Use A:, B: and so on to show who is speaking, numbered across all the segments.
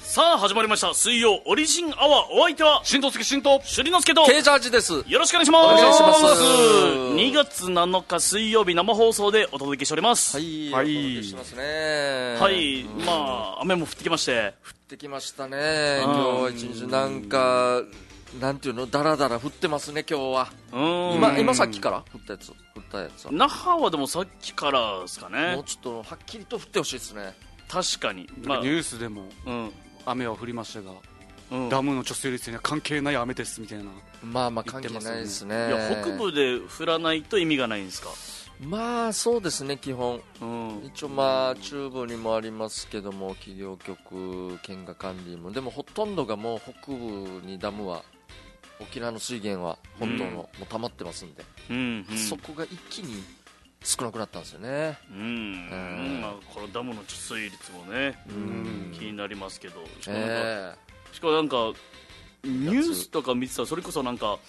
A: さあ始まりました水曜オリジンアワーお相手は
B: 新藤月新藤
A: 朱里之助と
C: ケージャージです。
A: よろしくお願いします
C: お願いします
A: 2月7日水曜日生放送でお届けしておりますはい、
C: い
B: はい
C: お届けしますね。
A: まあ雨も降ってきまして
C: 降ってきましたね。今日一日なんか、なんていうの、だらだら降ってますね、今日は。
A: うーん
C: 今、今さっきから降ったやつ、降ったやつは。も
A: 那覇はでもさっきからですかね
C: うちょっと、はっきりと降ってほしいですね。
A: 確かにま
B: ニ
A: あ
B: ュースでも
A: うん
B: 雨は降りましたが、
A: うん
B: ダムの貯水率には関係ない雨ですみたいな
C: まあまあ
B: 言
C: 関
B: って
C: 係
B: ますね
C: ないです
A: い
C: ね。
A: や北部で降らないと意味がないんですか、
C: まあそうですね、基本。
A: うん、
C: 一応まあ中部にもありますけども企業局県が管理もでもほとんどがもう北部にダムは沖縄の水源は本当の、
A: うん
C: もう溜まってますんで、
A: うんうん
C: そこが一気に少なくなったんですよね
A: うん、
C: うん
A: まあ、このダムの貯水率もね、
B: ん
A: 気になりますけどしかもなんか,、
C: え
A: しかもなんかニュースとか見てたらそれこそなんか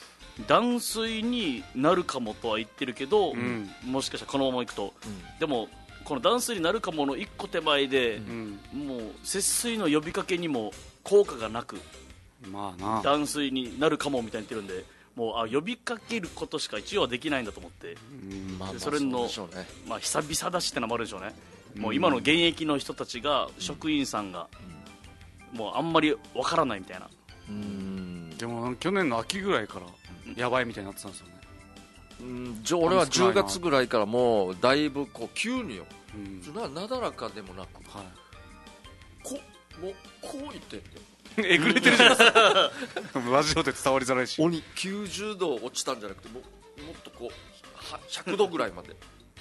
A: 断水になるかもとは言ってるけど、
B: ん
A: もしかしたらこのままいくと
C: えうん
A: でもこの断水になるかもの一個手前で、
B: うん
A: もう節水の呼びかけにも効果がなく
B: まあな
A: 断水になるかもみたいに言ってるんでもうあ呼びかけることしか一応はできないんだと思って、
B: うん
C: まあまあ
A: それの
C: そうでしょうね
A: まあ、久々だしってのもあるでしょうね、もう今の現役の人たちが職員さんが、もうあんまりわからないみたいな
C: うん
B: でも去年の秋ぐらいからやばいみたいになってたんですよね
C: うんじゃあ俺は10月ぐらいからもうだいぶこう急によ
B: うん
C: ななだらかでもなく
B: はい
C: こもうこう言って
B: えぐれてるじゃないですかラジオで伝わりづらいし
C: 鬼90度落ちたんじゃなくてもうもっとこうは100度ぐらいまで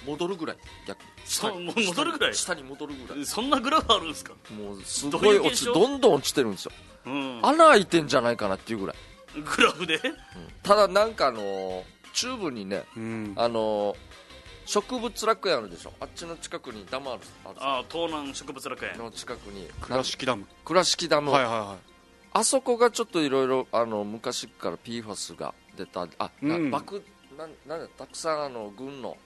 C: 戻るぐらい逆に下に
A: もう戻るぐらい
C: 下に下に戻るぐらい
A: そんなグラフあるんですか、
C: もうす
A: ど
C: ご
A: うい
C: いう落
A: 現
C: ち
A: 象
C: どんどん落ちてるんですよ
A: うん、
C: 穴開いてんじゃないかなっていうぐらい、
A: グラフで
C: ただなんかあのーチューブにね
B: うん
C: あのー植物楽園あるでしょあっちの近くにダムあるある
A: ああ東南植物楽園
C: の近くに
B: 倉敷ダム
C: 倉敷ダム、
B: はいはいは
C: あそこがちょっといろいろあの昔から PFAS が出たあ、な
B: うん
C: 爆なんなんだたくさんあの軍の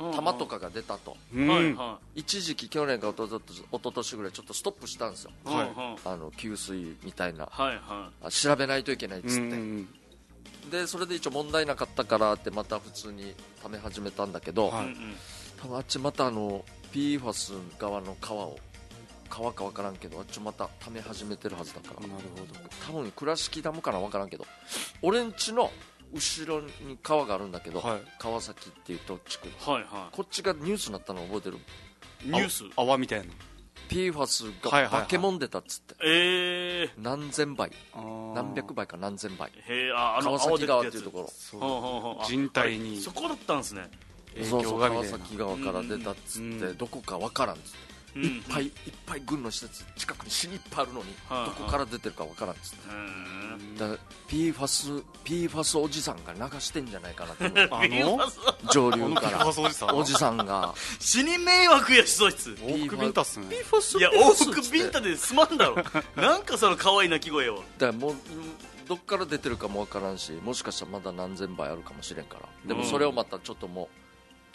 C: 弾とかが出たと、
B: いうん
A: はいは
C: 一時期去年かおとと一昨年ぐらいちょっとストップしたんですよ
A: い、
B: はい
A: うんうん
C: あの給水みたいな
A: はいは、
C: あ調べないといけないっ
B: う
C: つって、
B: ん
C: でそれで一応問題なかったからってまた普通に貯め始めたんだけど、
B: は
A: う
B: いい
A: んうん
C: 多分あっちまたあの PFAS 側の川を川か分からんけどあっちまた貯め始めてるはずだから
B: なるほど
C: 多分倉敷ダムかな分からんけど俺んちの後ろに川があるんだけど、
B: はい
C: 川崎っていうと地区
A: はいは
C: こっちがニュースになったの覚えてる
A: いニュース
B: 泡みたいな
C: PFAS
B: はい
C: が
B: はいはい
C: 化け物出たっつって、
A: ええ
C: 何千倍何
B: 何
C: 百倍か何千倍
A: へえああの
C: 川
A: 青
C: 崎
A: で
C: 川っていうところ
B: そう人体に
A: そこだったんですね、
B: 影
C: そうそ
B: 響
C: う
B: がみ
C: 川
B: たいな
C: 崎川から出たっつって、
B: うん
C: どこかわからんっつって、
A: う
C: いっぱいいっぱい軍の施設近くに死にいっぱいあるのに、
A: はい
C: どこから出てるかわからんっつって
A: うん
C: だから PFAS, PFAS おじさんが流してんじゃないかなと思 う
B: あの
C: 上
B: こ
C: 流
B: の
C: か
B: ピカ
C: ら
B: ソおじさん
C: おじさんが
A: 死に迷惑やしそいつ
B: 往復ビンタっすね
C: PFAS
A: いや往復ビンタで済まんだ ろなんかその可愛い鳴き声を
C: だからもうどっから出てるかもわからんしもしかしたらまだ何千倍あるかもしれんからでもそれをまたちょっとも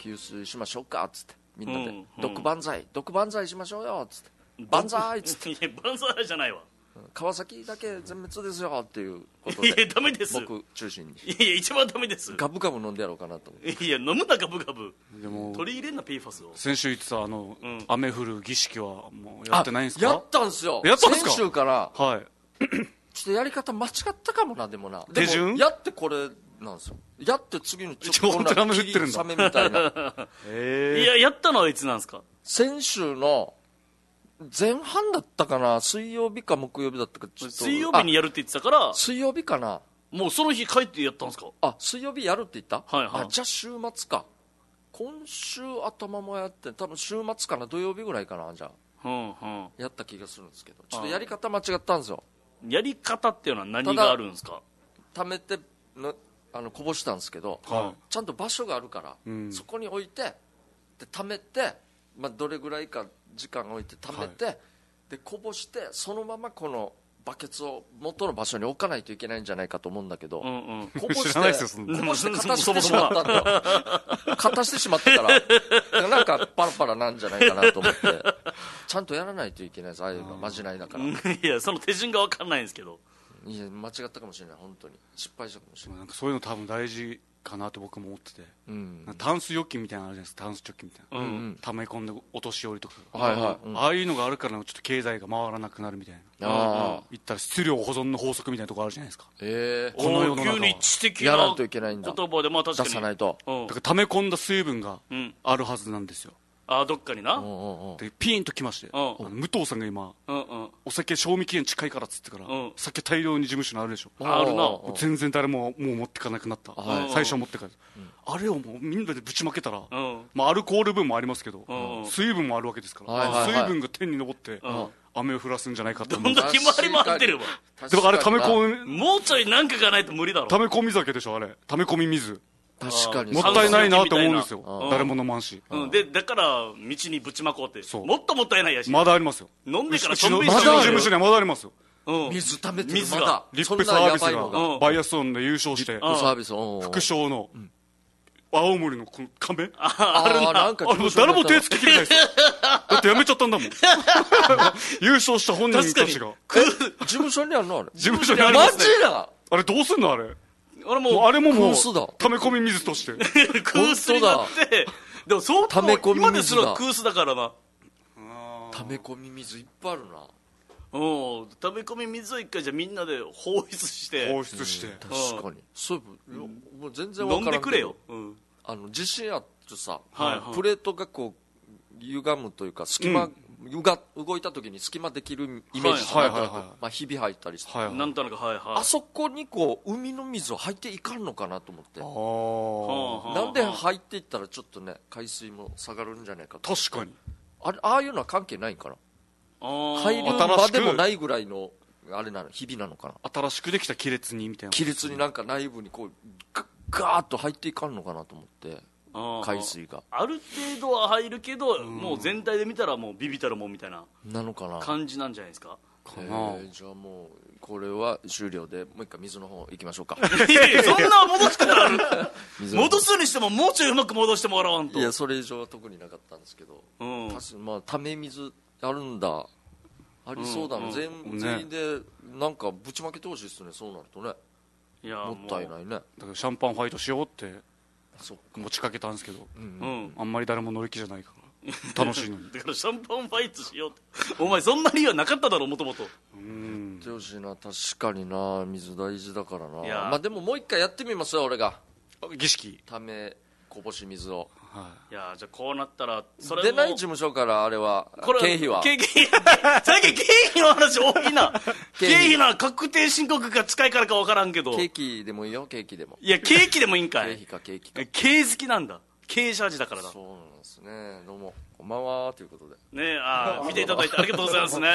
C: う給水しましょうかっつってみんなで
A: うんうん
C: 「毒万歳毒万歳しましょうよ」っつって「万歳」っつって
A: いや万歳じゃないわ
C: 「川崎だけ全滅ですよ」っていうこと
A: いや
C: で
A: ダメですい
C: 僕中心に
A: やいや一番ダメです
C: ガブガブ飲んでやろうかなと思って
A: いや飲むなガブガブ
B: でも
A: 取り入れんな PFAS を
B: 先週言ってたあの、
A: うん
B: 雨降る儀式はもうやってないんですか
C: あやったんすよ
B: やったんすか
C: 先週から
B: はい
C: ちょっとやり方間違ったかもなでもなでも
B: 手順
C: やってこれなんですよやって次のちょっとこん
B: ちょっと
C: な
B: 雨降ってるんだ
C: 霧雨みたい な
B: え
A: いややったのはいつなんですか
C: 先週の前半だったかな水曜日か木曜日だったかちょっと
A: 水曜日にやるって言ってたから
C: あ水曜日かな
A: もうその日帰ってやったんですか
C: あ水曜日やるって言った、
A: はいはい
C: あじゃあ週末か今週頭もやって多分週末かな土曜日ぐらいかなじゃ
A: う
C: あ
A: んうん
C: やった気がするんですけどちょっとやり方間違ったんですよ
A: やり方っていうのは何があるんですか
C: 貯めてのあのこぼしたんですけど、
A: は
C: ちゃんと場所があるから、
B: うん
C: そこに置いてで貯めて、まあ、どれぐらいか時間置いて貯めて、でこぼしてそのままこのバケツを元の場所に置かないといけないんじゃないかと思うんだけど、
A: うんうん
C: こぼして
B: 知らないですよそんな
C: こぼして片してしまったんだよ 片してしまったからだからなんかパラパラなんじゃないかなと思ってちゃんとやらないといけないですああいうのはまじないだから、
A: いやその手順が分かんないんですけど
C: いや間違ったかもしれない本当に失敗したかもしれない、
B: なんかそういうの多分大事かなって僕も思ってて、
C: うん
B: なんかタンス預金みたいなのあるじゃないですかタンス貯金みたいな、
A: うん
C: うん
B: 溜め込んでお年寄りとか、
C: はいはい、うんあ
B: ああいうのがあるからちょっと経済が回らなくなるみたいな
C: あ
B: 言ったら質量保存の法則みたいなとこあるじゃないですか
C: ええ
B: この世の中は
A: 急に知的
C: やら
A: なん
C: といけないんだ
A: 言葉でまあ確か
C: 出
A: に
C: さないと
A: うん
B: だから溜め込んだ水分が
A: うん
B: あるはずなんですよ
A: あーどっかにな
C: うんうんうん
B: でピーンときまして、
A: うん
B: あの武藤さんが今
A: うんうん
B: お酒賞味期限近いからっつってから、
A: うん
B: 酒大量に事務所にあるでしょ、
A: あるな
C: おー
B: 全然誰ももう持ってかなくなった、
C: はい
B: 最初は持ってかない、あれをもうみんなでぶちまけたら、
A: うん
B: まあ、アルコール分もありますけど、
A: うん
B: 水分もあるわけですから、
C: はいはいはい
B: 水分が天に昇って、
A: ん
B: 雨を降らすんじゃないかって思
A: ど
B: うんで
A: だけ回り回ってるわ
C: 確
B: も
C: か
B: あ
C: に
B: れ溜め
C: み
B: 込み
A: もうちょいなんかがないと無理だろ
B: 溜め込み酒でしょあれ溜め込み水
C: 確かに
B: もったいないなと思うんです
A: う
B: よ
A: ん
B: 誰も飲まんし、
A: うん、でだから道にぶちまこうって
B: そう
A: もっともったいないやし、
B: まだありますよ
A: 飲んでから
B: うちの
A: しん
B: うち
A: びりし
B: の事
A: たら
B: 務所にはまだありますよ
A: うんうん
C: 水溜めてる
A: 水
C: ま
A: が
C: だ
B: リ
C: そ
B: ッ
C: んな
B: プサー
C: や
B: ビス
C: ばいのが
A: う
B: が
A: ん
B: バイアスオンで優勝して
A: あ
C: サービスうんうんうん
B: 副賞の青森のこの亀あ
C: あるなんか
B: の誰も手つけきれないですよだってやめちゃったん だもん優勝した本人
A: 確か
B: た
A: に
B: ちが
C: 事務所にあるのあれ
B: 事務所にあ
C: マ
B: ります
C: ジ
B: ね
C: だ
B: あれどうすんのあれ
A: 俺も
B: もうあれもも
C: 空
B: う
C: 巣だ
B: 溜め込み水として
A: 空巣になってでも相当
C: 溜め込み水だ
A: 今ですら空巣だからな
C: 溜め込み水いっぱいあるな
A: うん溜め込み水を一回じゃあみんなで放出して
B: 放出して
C: 確かにそういえばよもう全然わ
A: 飲
C: から
A: ん
C: んけ
A: でくれ
C: ど
A: よ、うん
C: あの地震あってさ、
A: はいはい
C: プレートがこう歪むというか隙間、ゆが動いた時に隙間できるイメージじゃないか
B: はいはいはいはい
C: まあ、ひび入ったりして、
B: はいはい
A: なんとなくはいはい
C: あそこにこう海の水を入っていかんのかなと思って
B: あ
A: は
B: ー
A: あはあ
C: なんで入っていったらちょっとね海水も下がるんじゃないかと
B: 確かに
C: あれああいうのは関係ないんかな
A: あー
C: 入る
B: 新
C: 場
B: しく
C: でもないぐらいのあれなのひびなのかな
B: 新しくできた亀裂にみたいな
C: 亀裂になんか内部にこうガガーッと入っていかんのかなと思って
A: あー
C: 海水が
A: ある程度は入るけど、もう全体で見たらもうビビたるもんみたいな
C: なのかな
A: 感じなんじゃないです か
B: か
C: え
B: な
C: ーじゃあもうこれは終了でもう一回水の方行きましょう か
A: いやいやそんな戻すからある
C: 水の方
A: 戻すにしてももうちょいうまく戻してもらわんと
C: いやそれ以上は特になかったんですけど、
A: うん
C: 確かにまあため水あるんだありそうだな、
A: うん
C: 全
B: ね
C: 全員でなんかぶちまけてほしいですねそうなるとね
A: いや
C: もったい
A: も
C: ないね
B: だからシャンパンファイトしようって
C: そう
B: 持ちかけたんですけど、
A: ううん
B: あんまり誰も乗り気じゃないから楽しいのに
A: だからシャンパンファイトしようってお前そんな理由はなかっただろもともと
B: うん
C: ってほしいな確かにな水大事だからない
A: や
C: まあでももう一回やってみますよ俺が
B: 儀式
C: ためこぼし水を
A: いやじゃあこうなったらそれも
C: 出ない事務所からあれは
A: これ
C: 経費は
A: 経費最近経費の話多いな
C: 経
A: 経
C: 費
A: 費な確定申告が近いからか分からんけど
C: ケー
A: い
C: キでもいいよケーキでも
A: や経費でもいいん
C: 経
A: か
C: 費
A: い
C: かケーキか
A: え経好きなんだ経社味だからだ
C: そうなんですねどうもこんばんはということで
A: ねあー見ていただいてありがとうございますね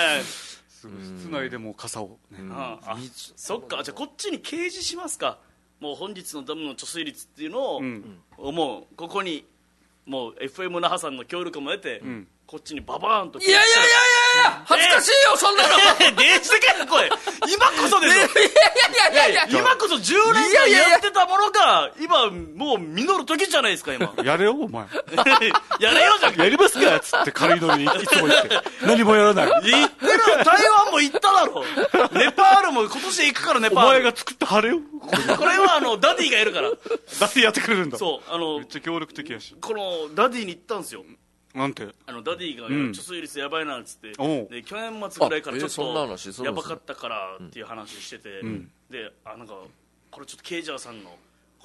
B: 室内でも傘をね、
A: うん
B: あ
A: あ
C: 水
A: そっかじゃあこっちに掲示しますかもう本日のダムの貯水率っていうのを、
B: ん
A: もうここにもう FM 那覇さんの協力も得て、
B: ん
A: こっちにババーンと
C: いやいやいやいやいや恥ずかしいよそんなの
A: いや電子的な声今こそですよ
C: いやいやいやいやいや
A: 今こそ10年間やってたものが今もう実る時じゃないですか今
B: やれよお前
A: やれよじゃん
B: やりますかっつって軽いのにいつも言って何もやらない
A: 行ってる台湾も行っただろネパールも今年行くからネ
B: お
A: パー
B: 前
A: ル
B: が作った晴れよ
A: これはあのダディがいるから
B: だってやってくれるんだ
A: そうあの
B: めっちゃ協力的やし
A: このダディに行ったんですよ
B: なんて
A: あのダディが
B: ん
A: 貯水率やばいなっつって、
B: おう
A: で去年末ぐらいから
C: あ
A: ちょ
C: えーそんな話
A: っと
C: そうな
A: や
C: ん
A: ば
C: ですね
A: かったからっていう話してて、であなんかこれちょっとケイジャーさんの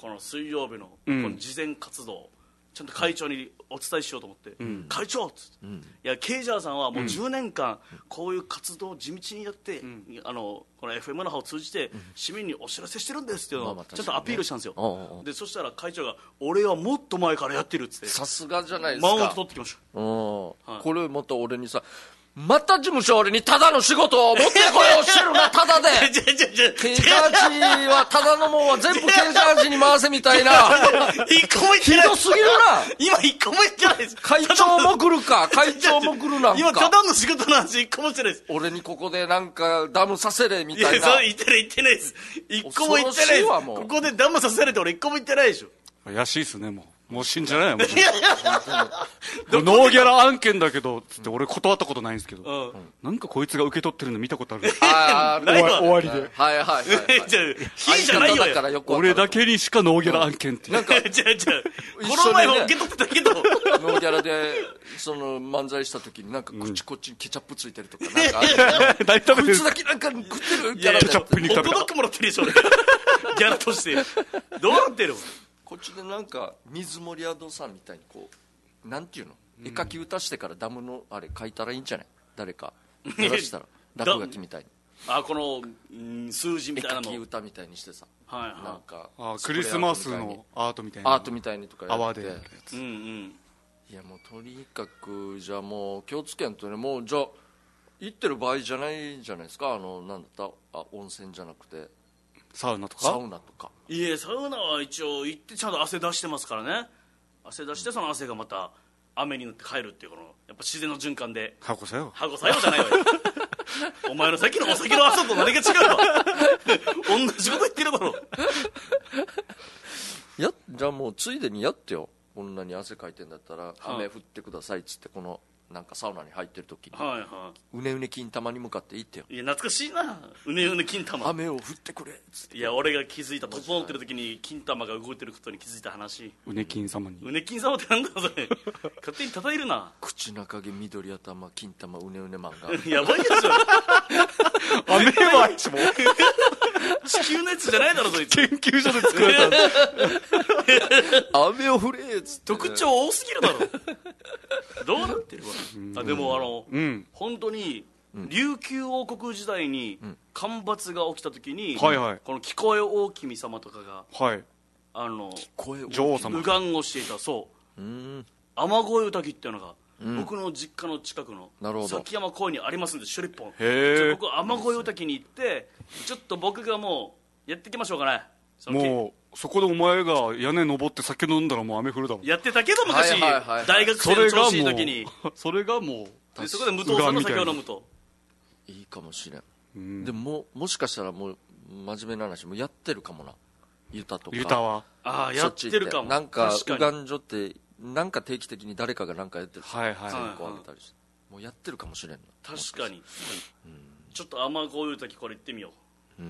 A: この水曜日のこ
B: ん
A: の事前活動、ちゃんと会長にお伝えしようと思って、会長っつって、いやケイジャーさんはもう10年間こういう活動を地道にやって、あのこの FM の葉を通じて市民にお知らせしてるんですっていうの
C: まあま
A: を
C: あ
A: ちゃんとアピールしたんですよ、
C: 確かにねおうおう
A: でそしたら会長が俺はもっと前からやってるっつって
C: さすがじゃないです
A: マウント
C: か
A: 取ってきました
C: うんこれまた俺にさまた事務所俺にただの仕事を持ってこようして るな、ただで。
A: じゃじゃじゃ
C: ケージャージは、ただのもんは全部ケージャージに回せみたいな。
A: 一個も言っ
C: ひ
A: てない
C: どすぎるな。
A: 今一個も言ってないです
C: 会長も来る か、会長も来るなん
A: 今た
C: か。
A: だの仕事の話一個もしてないです
C: 俺にここでなんかダムさせれみ
A: い
C: た
A: や
C: いな。
A: そう言ってない言ってないです一個も言ってない
C: 恐ろし
A: で
C: い
A: す
C: わもう
A: ここでダムさせられて俺一個も言ってないでしょ
B: 怪しいっすね、もう。もう死んじゃないよ、もう。
A: いや
B: ノーギャラ案件だけど、つって俺断ったことないんですけど、
A: うん
B: なんかこいつが受け取ってるの見たことある。
C: あー
A: ないわ
D: 終わりで。
C: はいはいはいは い。
A: じゃあ金じゃないわよ
C: 相方だからよくわかる
B: 俺だけにしかノーギャラ案件っていう。
C: なんか、
A: じゃあじゃあ
C: 一緒にね
A: この前も受け取ってたけど
C: ノーギャラで、その漫才した時になんかこっちこっちにケチャップついてるとかなんかあるじゃん。
B: 何食べ
C: こ
B: て
C: い
B: る
C: つだけなんか食ってる
A: い
C: ギャ
A: や
C: ラ
A: いや
C: だ
B: ケチャップに
A: ホ
B: 食
A: ット
B: べた
A: ドッグもらってるでしょ俺ギャラとしてどうなってるの
C: こっちでなんか水森屋堂さんみたいにこうなんていうの絵描き歌してからダムのあれ書いたらいいんじゃない誰か出した ら
A: だ
C: 落書きみたいに
A: あこのうん数字み
C: 絵
A: たいな
C: 描
A: の
C: き歌みたいにしてさ
A: はいはい
C: なんか
B: あ
C: ス
B: ク
C: プレ
B: リ
C: ー
B: スマスのアートみたいな。
C: アートみたいにとかや
B: 泡
C: っ
B: で
C: て
B: やるや
A: うんうん
C: いやもうとにかくじゃあもう気をつけんとねもうじゃあ行ってる場合じゃないじゃないですかあのなんだったあ温泉じゃなくて
B: つサウナと
C: サ
B: か
C: ウナとか
A: いえサウナは一応行ってちゃんと汗出してますからね汗出してその汗がまた雨になって帰るっていうこのやっぱ自然の循環で
B: 箱さよ。
A: 箱さようじゃないわよお前のさっきのお酒の朝と何が違うの同じこと言ってるだろ
C: やじゃあもうついでにやってよこんなに汗かいてんだったら雨降ってくださいっつってこのなんかサウナに入ってる時に
A: はいは
C: うねうね金玉に向かって行ってよ
A: いいや懐かしいなうねうね金玉
C: 雨を降ってくれっつって
A: いや俺が気づいた整ってる時に金玉が動いてることに気づいた話
B: うねきん様に。
A: うね金様ってなんだろうそれ勝手に叩いるな
C: 口中毛緑頭金玉うねうね漫画
A: やばいやつ
B: 雨は一も
A: 地球のやつじゃないだろそいつ
B: 研究所で作ら れたんです。
C: 雨を降れっつって
A: 特徴多すぎるだろ どうなってるわあでもあの、
B: うん。
A: 本当に琉球王国時代に干ばつが起きた時に、
B: はいはい
A: この聞こえ大君様とかが
B: はい。
A: あの
C: 声を
B: 女王様
A: 無。眼をしていたそう
C: うーん
A: 雨乞い宴っていうのが、僕の実家の近くの
C: なるほど
A: 崎山公園にありますんでシュリッポン
B: へ
A: ち
B: ー
A: ょっと僕雨乞い宴に行ってちょっと僕がもうやってきましょうかねその
B: もう、そこでお前が屋根登って酒飲んだらもう雨降るだろう。
A: やってたけど昔、
C: はいはいはい
A: 大学
B: そ
A: 生の
B: れが
A: 調
B: も
A: 子いい時に
B: う、それがも
A: でそこで無糖さんの酒を飲むと
C: いいかもしれん、
B: う、うん
C: でももうもしかしたらもう真面目な話もうやってるかもなユタとか
B: ユタは。
A: ああや
C: そ
A: っ
C: ち
A: て
C: 行て
A: るかも
C: なんか
A: 確
C: う
A: か
C: が
A: に
C: んじょってなんか定期的に誰かがなんかやってる
B: はいはい
C: 線
A: はい
C: 香あげたりしてもうやってるかもしれんな
A: 確かに、ちょっと雨乞い時これ行ってみよ
C: うんう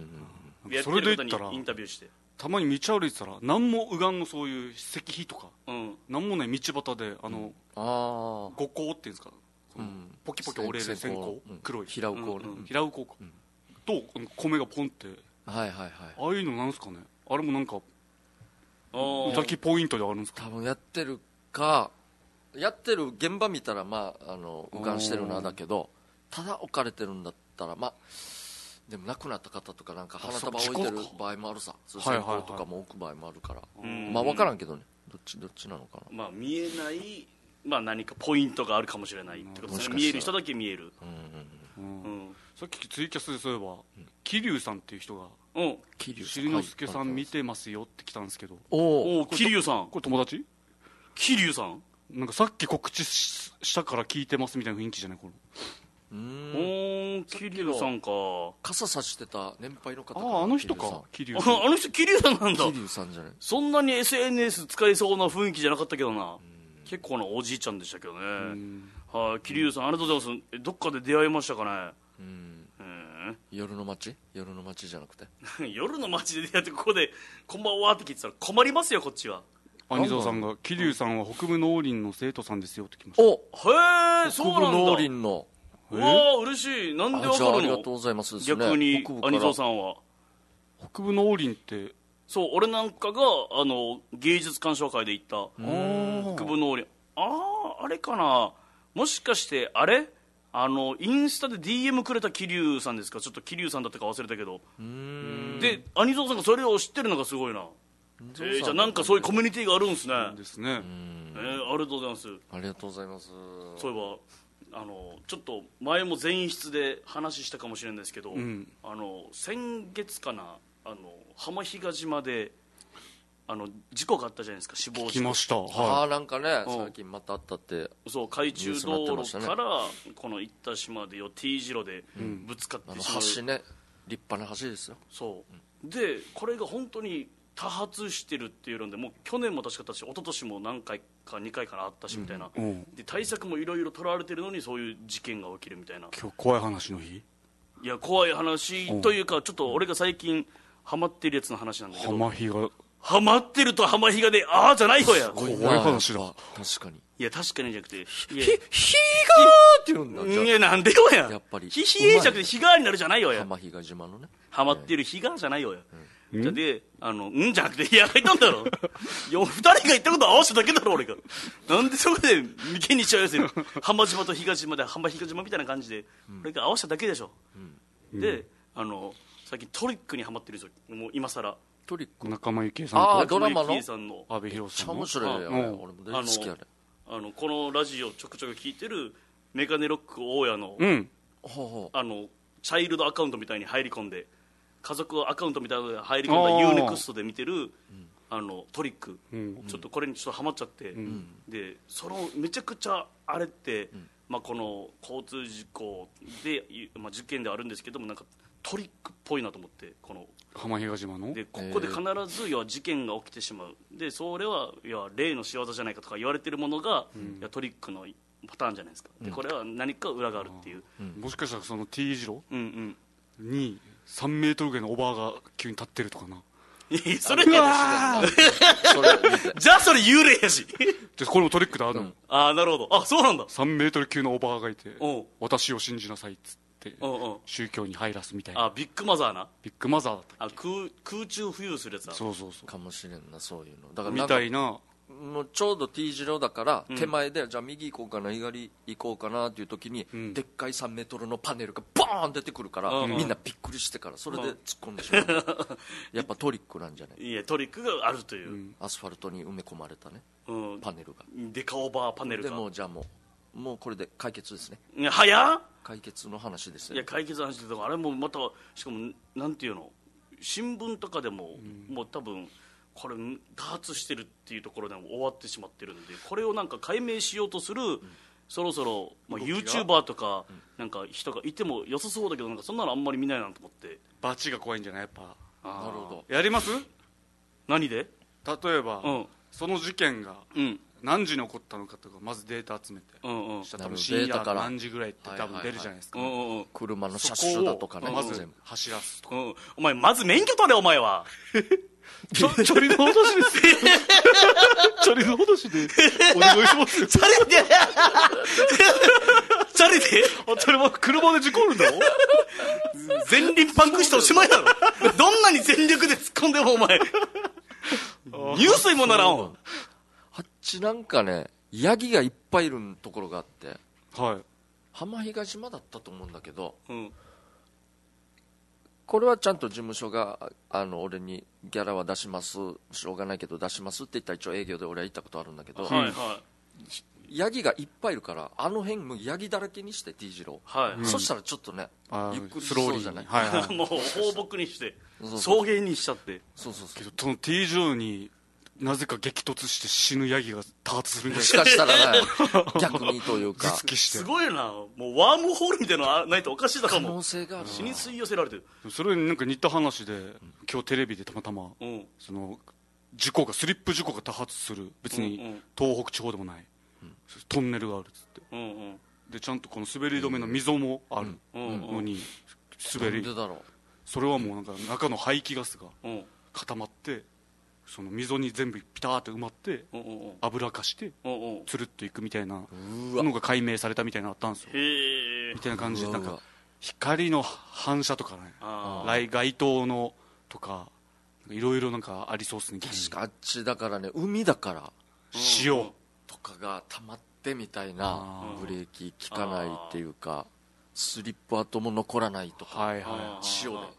C: ん
A: うやって
B: それで
A: る
B: 言っ
A: 方
B: たら
A: にインタビューして
B: たまに道歩いてたら何も右岸のそういう石碑とか
A: うん
B: 何もない道端であの、
C: ああ
B: 五香っていうんですか、その
C: うん
B: ポキポキ折れる線香、
C: うん
B: 黒い
C: 平尾こうね
A: うん
B: 平う香か、と米がポンって
C: はいはいはい
B: ああいうのなんですかねあれもなんか
A: あー
B: 歌きポイントであるんですか
C: 多分やってるかやってる現場見たらまああのうがんしてるなだけどただ置かれてるんだったらまあでも亡くなった方とかなんか花束
B: あそ
C: 置
B: っ
C: いて
B: ち
C: る
B: か
C: 場合もあるさそう
B: はい
C: 線
B: はいはい
C: 香とかも置く場合もあるから
A: うん
C: まあ分からんけどねどっちどっちなのかな
A: まあ見えないまあ何かポイントがあるかもしれないってことですね
C: もしかし
A: 見える人
C: たら
A: だけ見える
C: うんうん
B: うん
A: うん、
B: さっきツイキャスでそういえば桐生さんっていう人が
A: うん、
C: 桐生
B: 尻之助さ
C: はい
B: ん見てますよって来たんですけど
C: おお
A: おお桐生さん
B: これ友達
A: 桐生さん、
B: なんかさっき告知ししたから聞いてますみたいな雰囲気じゃないこれ
C: うー
A: お
C: ん
A: ーん桐生さんか
C: 傘さしてた年配の方
B: あ
C: かな
B: ああの人か桐生さん
A: ああの人桐生さんなんだ
C: 桐生さんじゃない
A: そんなに SNS 使いそうな雰囲気じゃなかったけどな結構なおじいちゃんでしたけどね
B: うん
A: はい桐生さんありがとうございますえどっかで出会いましたかね
C: うん
A: うん
C: 夜の街夜の街じゃなくて
A: 夜の街で出会ってここで「こんばんは」って聞いてたら困りますよこっちは
B: 兄蔵さんが桐生さんは北部農林の生徒さんですよって来まし
C: お
A: へえ
C: 北
A: そう
C: 部
A: なんだ
C: 農林の
A: うわー嬉しいなんで
C: あ
A: わ
C: じ
A: か
C: ゃああ
A: る
C: りが
A: の
C: とうございますですね
A: 逆に
C: 北部から
A: 兄蔵さんは
B: た北部農林って
A: そう俺なんかがあの芸術鑑賞会で行った
B: あ
A: 久保の俺あああれかなもしかしてあれあのインスタで DM くれた桐生さんですかちょっと桐生さんだったか忘れたけど
C: うーん
A: で兄蔵さんがそれを知ってるのがすごいな、えーじゃあなんかそういうコミュニティがあるんですね
B: ですね
A: えーありがとうございます
C: ありがとうございます
A: そういあのちょっと前も前室で話したかもしれないんですけど、
B: ん
A: あの先月かなあの浜比嘉島であの事故があったじゃないですか死亡
B: 聞
A: 事
B: き
A: 故
B: ました
C: あ
B: は
C: あなんかね
A: うん
C: 最近またあったって
A: そう海中
C: ニュースになって
A: 道
C: まし
A: 路
C: たね
A: からこの行った島でよ T 字路でぶつかっ
C: あ
A: て
C: の
A: しまう、
C: 橋ね立派な橋ですよ
A: そうでこれが本当に多発してるっていうのでもう去年も確かだし一昨年も何回か2回かなあったしみたいな、
B: い、うん、
A: で対策もいろいろ取られてるのにそういう事件が起きるみたいな
B: 今日怖い話の日
A: いや怖い話というかちょっと俺が最近ハマってるやつの話なんだけど
B: 浜比が
A: ハマってると浜比嘉でああじゃないよや
B: 怖い話だ
C: やっぱ確かに
A: いや確かにじゃなくてひいや
C: ひひがーって言うんだ
A: い
C: じ
A: やなんでよや
C: やっぱり
A: ひひえじゃなくて日川になるじゃないよ
C: ゃあ
A: や
C: 浜比嘉島のね
A: ハマってる日がじゃないよや。じゃで、あの、うんじゃなくて、いや、入ったんだ ろ。よ、二人が言ったこと合わせただけだろ、俺が。なんでそこで、眉間にしちゃうやついる浜島と東島で、浜東島みたいな感じで、俺が合わせただけでしょ。で、あの、最近トリックにハマってるんですよ。もう今更。
C: トリック
B: 仲間由紀恵
C: あ
B: さ
C: ー
B: ん
C: ドラマの
A: 小池さんの
B: と阿部寛
C: めっち
B: さ
C: ゃ
B: ん
C: 面
B: の
C: 白いよ、
B: うん
C: ね、俺も大好きあれ
A: あの、このラジオちょくちょく聞いてる、メガネロック大家の、
B: うん
C: ほうほう
A: あの、チャイルドアカウントみたいに入り込んで、家族アカウントみたいなので入り込んだ
B: あー
A: UNEXT で見てる、あの、トリック。
B: うん
A: ちょっとこれにちょっとハマっちゃって、でそのめちゃくちゃあれって、まあ、この交通事故で、いまあ、事件ではあるんですけどもなんかトリックっぽいなと思ってこの
B: 浜比嘉島の
A: でここで必ず要は事件が起きてしまうでそれは要は例の仕業じゃないかとか言われてるものが、いやトリックのパターンじゃないですかでこれは何か裏があるっていう、
B: もしかしたらその T 字路
A: うんうん
B: に3メートルぐらいのおばあが急に立ってるとかない
A: やそれ
C: う
A: じ
C: わーそれ見て
A: ゃあそれ幽霊やし
B: でこれもトリックだあの、
C: ん
A: ああなるほどあそうなんだ
B: 3メートル級のおばあがいて
A: おう
B: 私を信じなさいっつって
A: うんうん
B: 宗教に入らすみたいな
A: あビッグマザーな
B: ビッグマザーだった
A: あ空空中浮遊するやつだ
B: そうそうそ
C: かもしれんなそういうのだか
B: う
C: ら
B: み
C: なん
B: た
C: か
B: いな
C: もうちょうど T 字路だから、手前でじゃあ右行こうかな左行こうかなっていう時に、でっかい3メートルのパネルがバーン出てくるから、
A: うん
C: みんなびっくりしてからそれで突っ込んでしまう、やっぱトリックなんじゃない
A: いやトリックがあるという、
C: アスファルトに埋め込まれたね
A: うん
C: パネルが
A: デカオーバーパネル
C: で
A: が
C: もうじゃあもうもうこれで解決ですね
A: いや早っ
C: 解決の話です
A: いや
C: よ
A: 解決の話でとかあれもまたしかもなんていうの新聞とかでも、もう多分これ多発してるっていうところでも終わってしまってるんでこれをなんか解明しようとする、そろそろ、まあ、
C: 動きが
A: YouTuber とかなんか人がいても良さそうだけどなんかそんなのあんまり見ないなと思って
B: バチが怖いんじゃないやっぱ
C: なるほど
B: やります
A: 何で
B: 例えば、
A: うん
B: その事件が
A: うん
B: 何時に起こったのかとかまずデータ集めて、
A: うんうん
B: した
C: な
B: ら多
C: る
B: 分
C: ほどデ
B: 深
C: ー
B: 夜
C: タから
B: 何時ぐらいって多分出るじゃないですか、
A: うんうんうん
C: 車の車
B: そこ
C: 種
B: を
C: だとかね
B: まず
C: 全部
B: 走らすとか
A: うん、お前まず免許取れお前は
B: ちょちょりの脅しで すよちょりの脅しでお願いしますよ
A: チャリで チャリで
B: あそれは車で事故るんだろ
A: 全輪パンクしておしまいだろどんなに全力で突っ込んでもお前ニュースにもならんわ
C: あっちなんかねヤギがいっぱいいるところがあって
B: はい
C: 浜比嘉島だったと思うんだけど
A: うん
C: これはちゃんと事務所がああの俺にギャラは出しますしょうがないけど出しますって言ったら一応営業で俺は行ったことあるんだけど、
A: はいは
C: ヤギがいっぱいいるからあの辺もヤギだらけにして T 字路、
A: はい
C: そしたらちょっとね
B: あー
C: ゆっくりし
B: スロー
C: そ
B: リ
C: うじゃ
B: ー
C: な
B: に
C: い、
B: はいはい
A: い もう放牧にして
C: そう
A: 草
C: そう
A: 原にしちゃって
C: そうそうそう
B: けどその T 字路になぜか激突して死ぬヤギが多発するんじゃ
C: も
B: ない
C: し
B: か
C: かしたらね 逆にというか
B: 頭突きし
A: す
B: て
A: ごいなもうワームホールみたいなのないとおかしいだか
C: 可
A: も
C: 能性がある
A: 死に吸い寄せられてる
B: それになんか似た話で今日テレビでたまたま
A: うん
B: その事故がスリップ事故が多発する別
A: うんうん
B: に東北地方でもない、トンネルがあるっつって
A: うん
B: でちゃんとこの滑り止めの溝もある
A: うんうん
B: のに滑
C: なん
B: り、
C: でだろ
B: それはもうなんか中の排気ガスが
A: うんうん
B: 固まってその溝に全部ピターって埋まって
A: うんうんうん
B: 油化して
A: うんうん
B: つるっといくみたいな
C: うわ
B: のが解明されたみたいなのあったんですよ
A: へえ
B: みたいな感じで
C: う
B: な
C: わ
B: ん
C: う
B: か
C: わ
B: 光の反射とかね
A: あ
B: 来街灯のとかいろいろなんかありそうっすね
C: う確かあっちだからね海だから
B: 塩
C: とかが溜まってみたいな
B: あー
C: ブレーキ効かないっていうかスリップ跡も残らないとか
B: はい
A: あ
B: は
A: ー
C: 塩で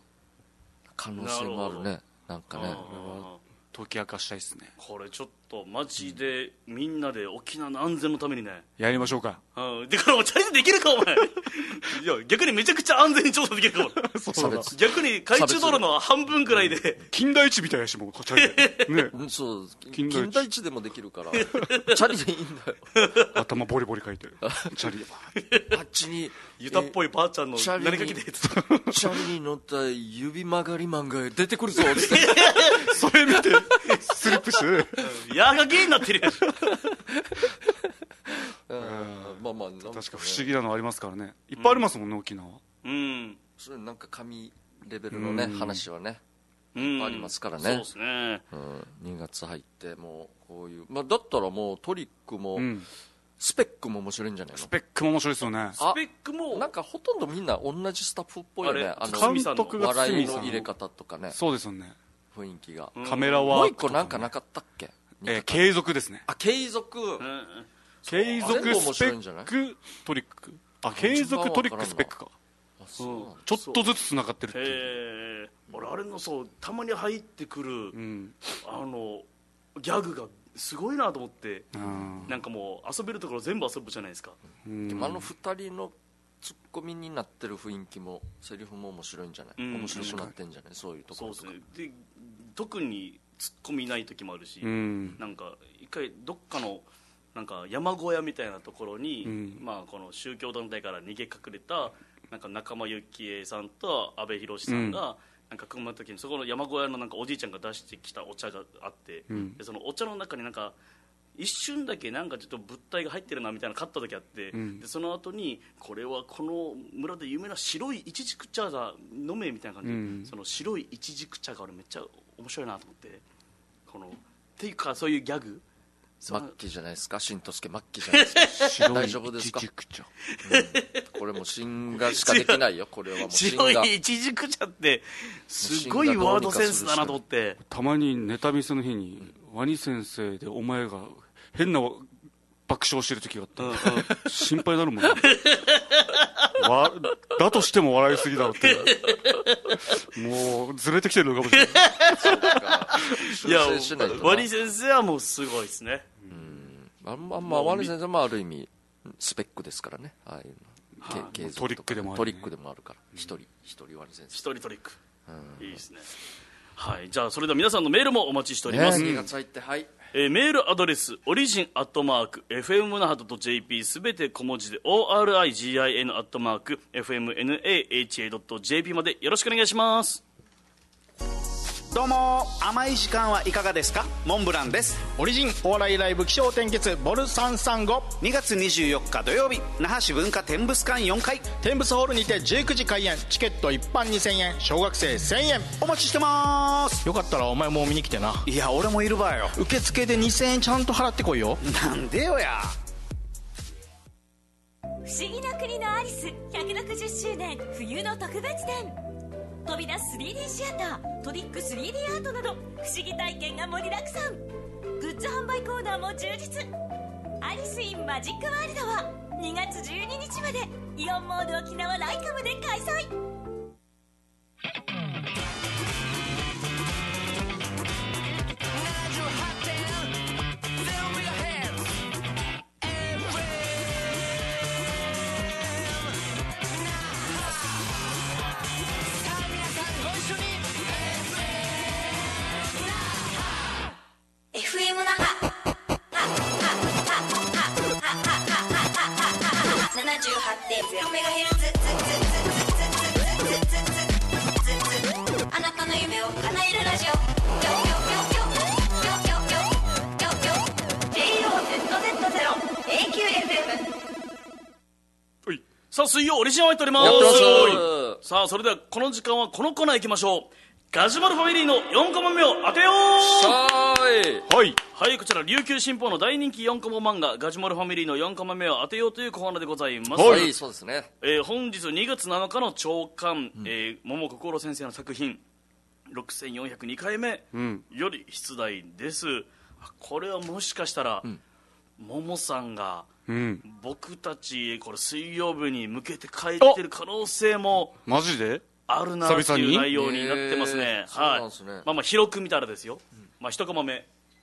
C: 可能性もある
A: な
C: ねなんかね
A: あー
B: 解き明かしたいですね
A: これちょっとマジでみんなで沖縄の安全のためにね、
B: やりましょうか
A: うん、でからおチャレンジできるかお前いや逆にめちゃくちゃ安全に調査できるかも
C: 差別
A: 逆に海中道路の半分くらいで
B: 金田一みたいなしもう チャリでね
C: うんそう
B: 金
C: 金田
B: 田一
C: 一でもできる からチャリでいいんだよ
B: 頭ボリボリ書いてるチャリで
C: あっちに
A: ユタっぽいばあちゃんの
C: チャリ
A: 何
C: に
A: かけて
C: チャリに乗った指曲がりマンが出てくるぞつって
B: それ見てスリップしてね
A: ヤーガキになってるやん
C: うんまあまあなんかね
B: 確か不思議なのありますからねいっぱいありますもんね沖縄
A: うん
C: それなんか神レベルのね話はね
A: うん
C: ありますからね
A: そうですね
C: うん2月入ってもうこういうまあだったらもうトリックも
B: うん
C: スペックも面白いんじゃない
B: ス
C: の
B: ペックも面白いですよね
A: スペックも
C: なんかほとんどみんな同じスタッフっぽいよね
A: あれ
C: あ
A: か
C: の
A: ん
B: 監督が
C: 笑い
B: 堤さ
C: の
B: ん
C: 入れ方とかね
B: そうですよね
C: 雰囲気が
A: ん
B: カメラ
C: も
B: ワ
C: う
B: ー
C: 一
B: クと
C: 個なんか
B: ね
C: なかったっけ
B: えー継続ですね
C: あ継続
A: うん
B: 継続
C: 全部面
B: スペ
C: 白いんじゃな
B: ッ
C: い
B: クトリックあ継続トリックスペックか
C: あそうなんだ
B: ちょっとずつつながってるっていう
A: へえ俺あれのそうたまに入ってくる
B: うん
A: あのギャグがすごいなと思って
B: うん
A: なんかもう遊べるところ全部遊ぶじゃないですか
B: うん
C: でもあの二人のツッコミになってる雰囲気もセリフも面白いんじゃない、
A: うん
C: 面白くなってんじゃないそういうとこ
A: そう
C: ろ
A: ですね
C: とか
A: で特にツッコミない時もあるし、
B: うん
A: なんか一回どっかのなんか山小屋みたいなところに、
B: うん
A: まあ、この宗教団体から逃げ隠れたなんか仲間由紀恵さんと阿部寛さんが、なんか組まれた時にそこの山小屋のなんかおじいちゃんが出してきたお茶があって、
B: うん
A: でそのお茶の中になんか一瞬だけなんかちょっと物体が入ってるなみたいなの買った時あって、
B: ん
A: でその後にこれはこの村で有名な白いイチジク茶だ飲めみたいな感じで、
B: うん
A: その白いイチジク茶が俺めっちゃ面白いなと思ってこのっていうかそういうギャグ
C: 末期じゃないですか新藤助末期じゃないですか大丈夫ですか
B: 一軸茶
C: これもう新がしかできないよこれはもう新
A: 白
C: が
A: いイチジク茶ってすごいワードセンスだなと思って
B: たまにネタ見せの日にワニ先生でお前が変な爆笑してる時があって、心配になるもんね わだとしても笑いすぎだろってもうずれてきてるのかもしれない
A: いや
C: 修正しないとな
A: ワニ先生はもうすごいですね
C: あんまあんまワニ先生もある意味スペックですからねああいうの、け継続とか
B: トリックでもあるね
C: トリックでもあるから一人一人ワニ先
A: 一
C: 生
A: 人トリックいいですねはいじゃあそれでは皆さんのメールもお待ちしております、
C: ね、2月入ってはい
A: えーメールアドレスオリジンアットマーク FMNAHAT.jp すべて小文字で ORIGIN アットマーク FMNAHA.jp までよろしくお願いします
D: どうも甘い時間はいかがですかモンブランです
E: オリジンお笑いライブ気象転結ボル335
D: 2月24日土曜日那覇市文化天物館4階
E: 天物ホールにて19時開演チケット一般2000円小学生1000円
D: お待ちしてます
E: よかったらお前も見に来てない
D: や俺もいるわよ
E: 受付で2000円ちゃんと払ってこいよ
D: なんでよや
F: 不思議な国のアリス160周年冬の特別展飛び出す 3D シアタートリック 3D アートなど不思議体験が盛りだくさんグッズ販売コーナーも充実アリス・イン・マジック・ワールドは2月12日までイオンモール沖縄ライカムで開催
G: あなたの夢を叶えるラジオよよよよよよよよよ JO100
A: さあ水曜オリジンを入っております
C: やってます
A: さあそれではこの時間はこのコーナー行きましょうガジュマルファミリーの4コマ目を当てよう
C: はーい
B: はい
A: はいこちら琉球新報の大人気4コマ漫画ガジュマルファミリーの4コマ目を当てようというコーナーでございます、
C: はい、そうですね
A: えー本日2月7日の朝刊、えー桃心先生の作品6402回目より出題です、あこれはもしかしたら、桃さんが
B: うん
A: 僕たちこれ水曜日に向けて帰ってる可能性も
B: マジで
A: あるなって
B: 久々
A: い
B: に
A: う内容になってますね
C: へーそうなん
A: は
C: です
A: い
C: ね
A: まあまあ広く見たらですよ、ままあ、一コマ目、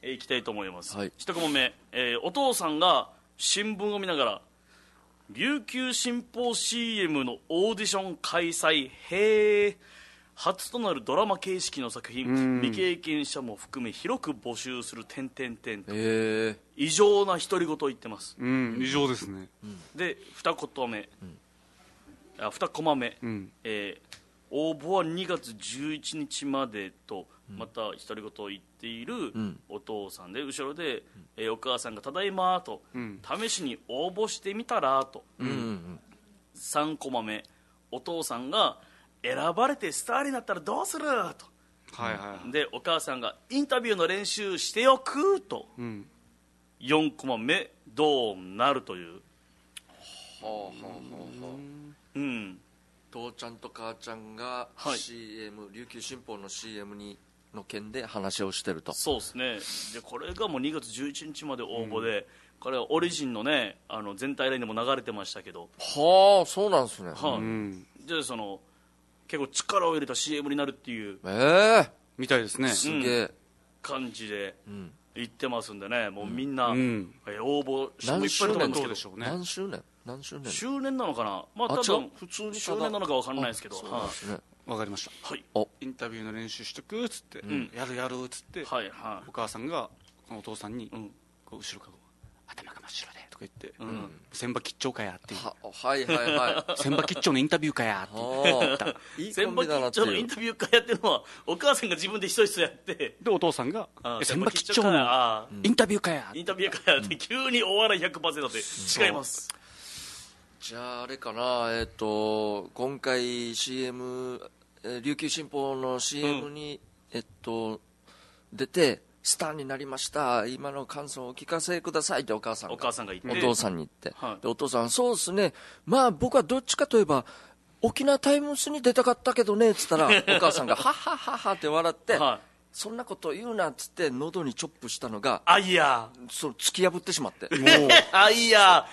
A: えーいきたいと思います、
C: はい
A: 一コマ目、えーお父さんが新聞を見ながら琉球新報 CM のオーディション開催へえ初となるドラマ形式の作品未経験者も含め広く募集する点点点
C: え
A: 異常な独り言を言ってます
B: うん異常ですね
A: で二言目、あ二コマ目、
B: ん
A: えー応募は2月11日までとまた独り言を言っている
C: ん
A: お父さんで後ろで、えーお母さんが「ただいま」と、試しに応募してみたら」と、
C: ー、うんうん
A: 3コマ目お父さんが「選ばれてスターになったらどうする?」と
B: はいはい
A: でお母さんが「インタビューの練習しておく」と、
B: ん
A: 4コマ目どうなるという
C: ほうほうほうほう
A: うん
C: 父ちゃんと母ちゃんが
A: はい
C: CM、琉球新報の CM にの件で話をしてると
A: そうですねでこれがもう2月11日まで応募で、これはオリジンのねあの全体ラインでも流れてましたけど、
C: はあそうなんですね
A: はい
B: うん
A: でその結構力を入れた CM になるっていう
C: ええ
B: みたいですね
C: すげえ、
A: 感じで
C: ん
A: 言ってますんでねもうみんな、
B: うん
A: え応募してもい
C: 何
A: っぱい
C: 周
A: いると思いま
C: 年
A: すけ
B: どう
A: ど
B: でしょうね
C: 何周年何周年
A: 周年なのかなまあ
C: あ
A: 多
C: 違う
A: 分
C: 普通にただ
A: 周年なのかわかんないですけど
C: そうなんですね
B: わかりました
A: はい
B: インタビューの練習しとくっつって、
A: ん
B: やるやるっつって、
A: はいは
B: お母さんがこのお父さんに、
A: ん
B: こう後ろからこう頭が真っ白でとか言って
A: ん
B: 「千葉吉兆かや」っていう
C: ははいはいはい
B: 「千葉吉兆のインタビューかや」っていう
C: は あい
A: い
C: いコ
A: 先
C: ンビだな
A: 輩
C: って
A: 長の
C: い
A: イ
C: う
A: ンタビュー会やってるのはお母さんが自分で一人一人やって
B: でお父さんが
A: あ
B: 「千葉吉兆
A: 千葉吉兆かや
B: の
A: あ
B: インタビューかや」
A: インタビュー会やって急にお笑い100%って違います
C: じゃああれかなえっ、と今回 CM、えー琉球新報の CM に、えっと出てスターになりました今の感想をお聞かせくださいってお母さんが
A: お母さんが言って
C: お父さんに言って、
A: はい
C: でお父さんそうですねまあ僕はどっちかといえば沖縄タイムスに出たかったけどねっつっ たらお母さんがはっはっはっはって笑って、
A: はい
C: そんなこと言うなっつって喉にチョップしたのが
A: あいや
C: その突き破ってしまって
A: あいや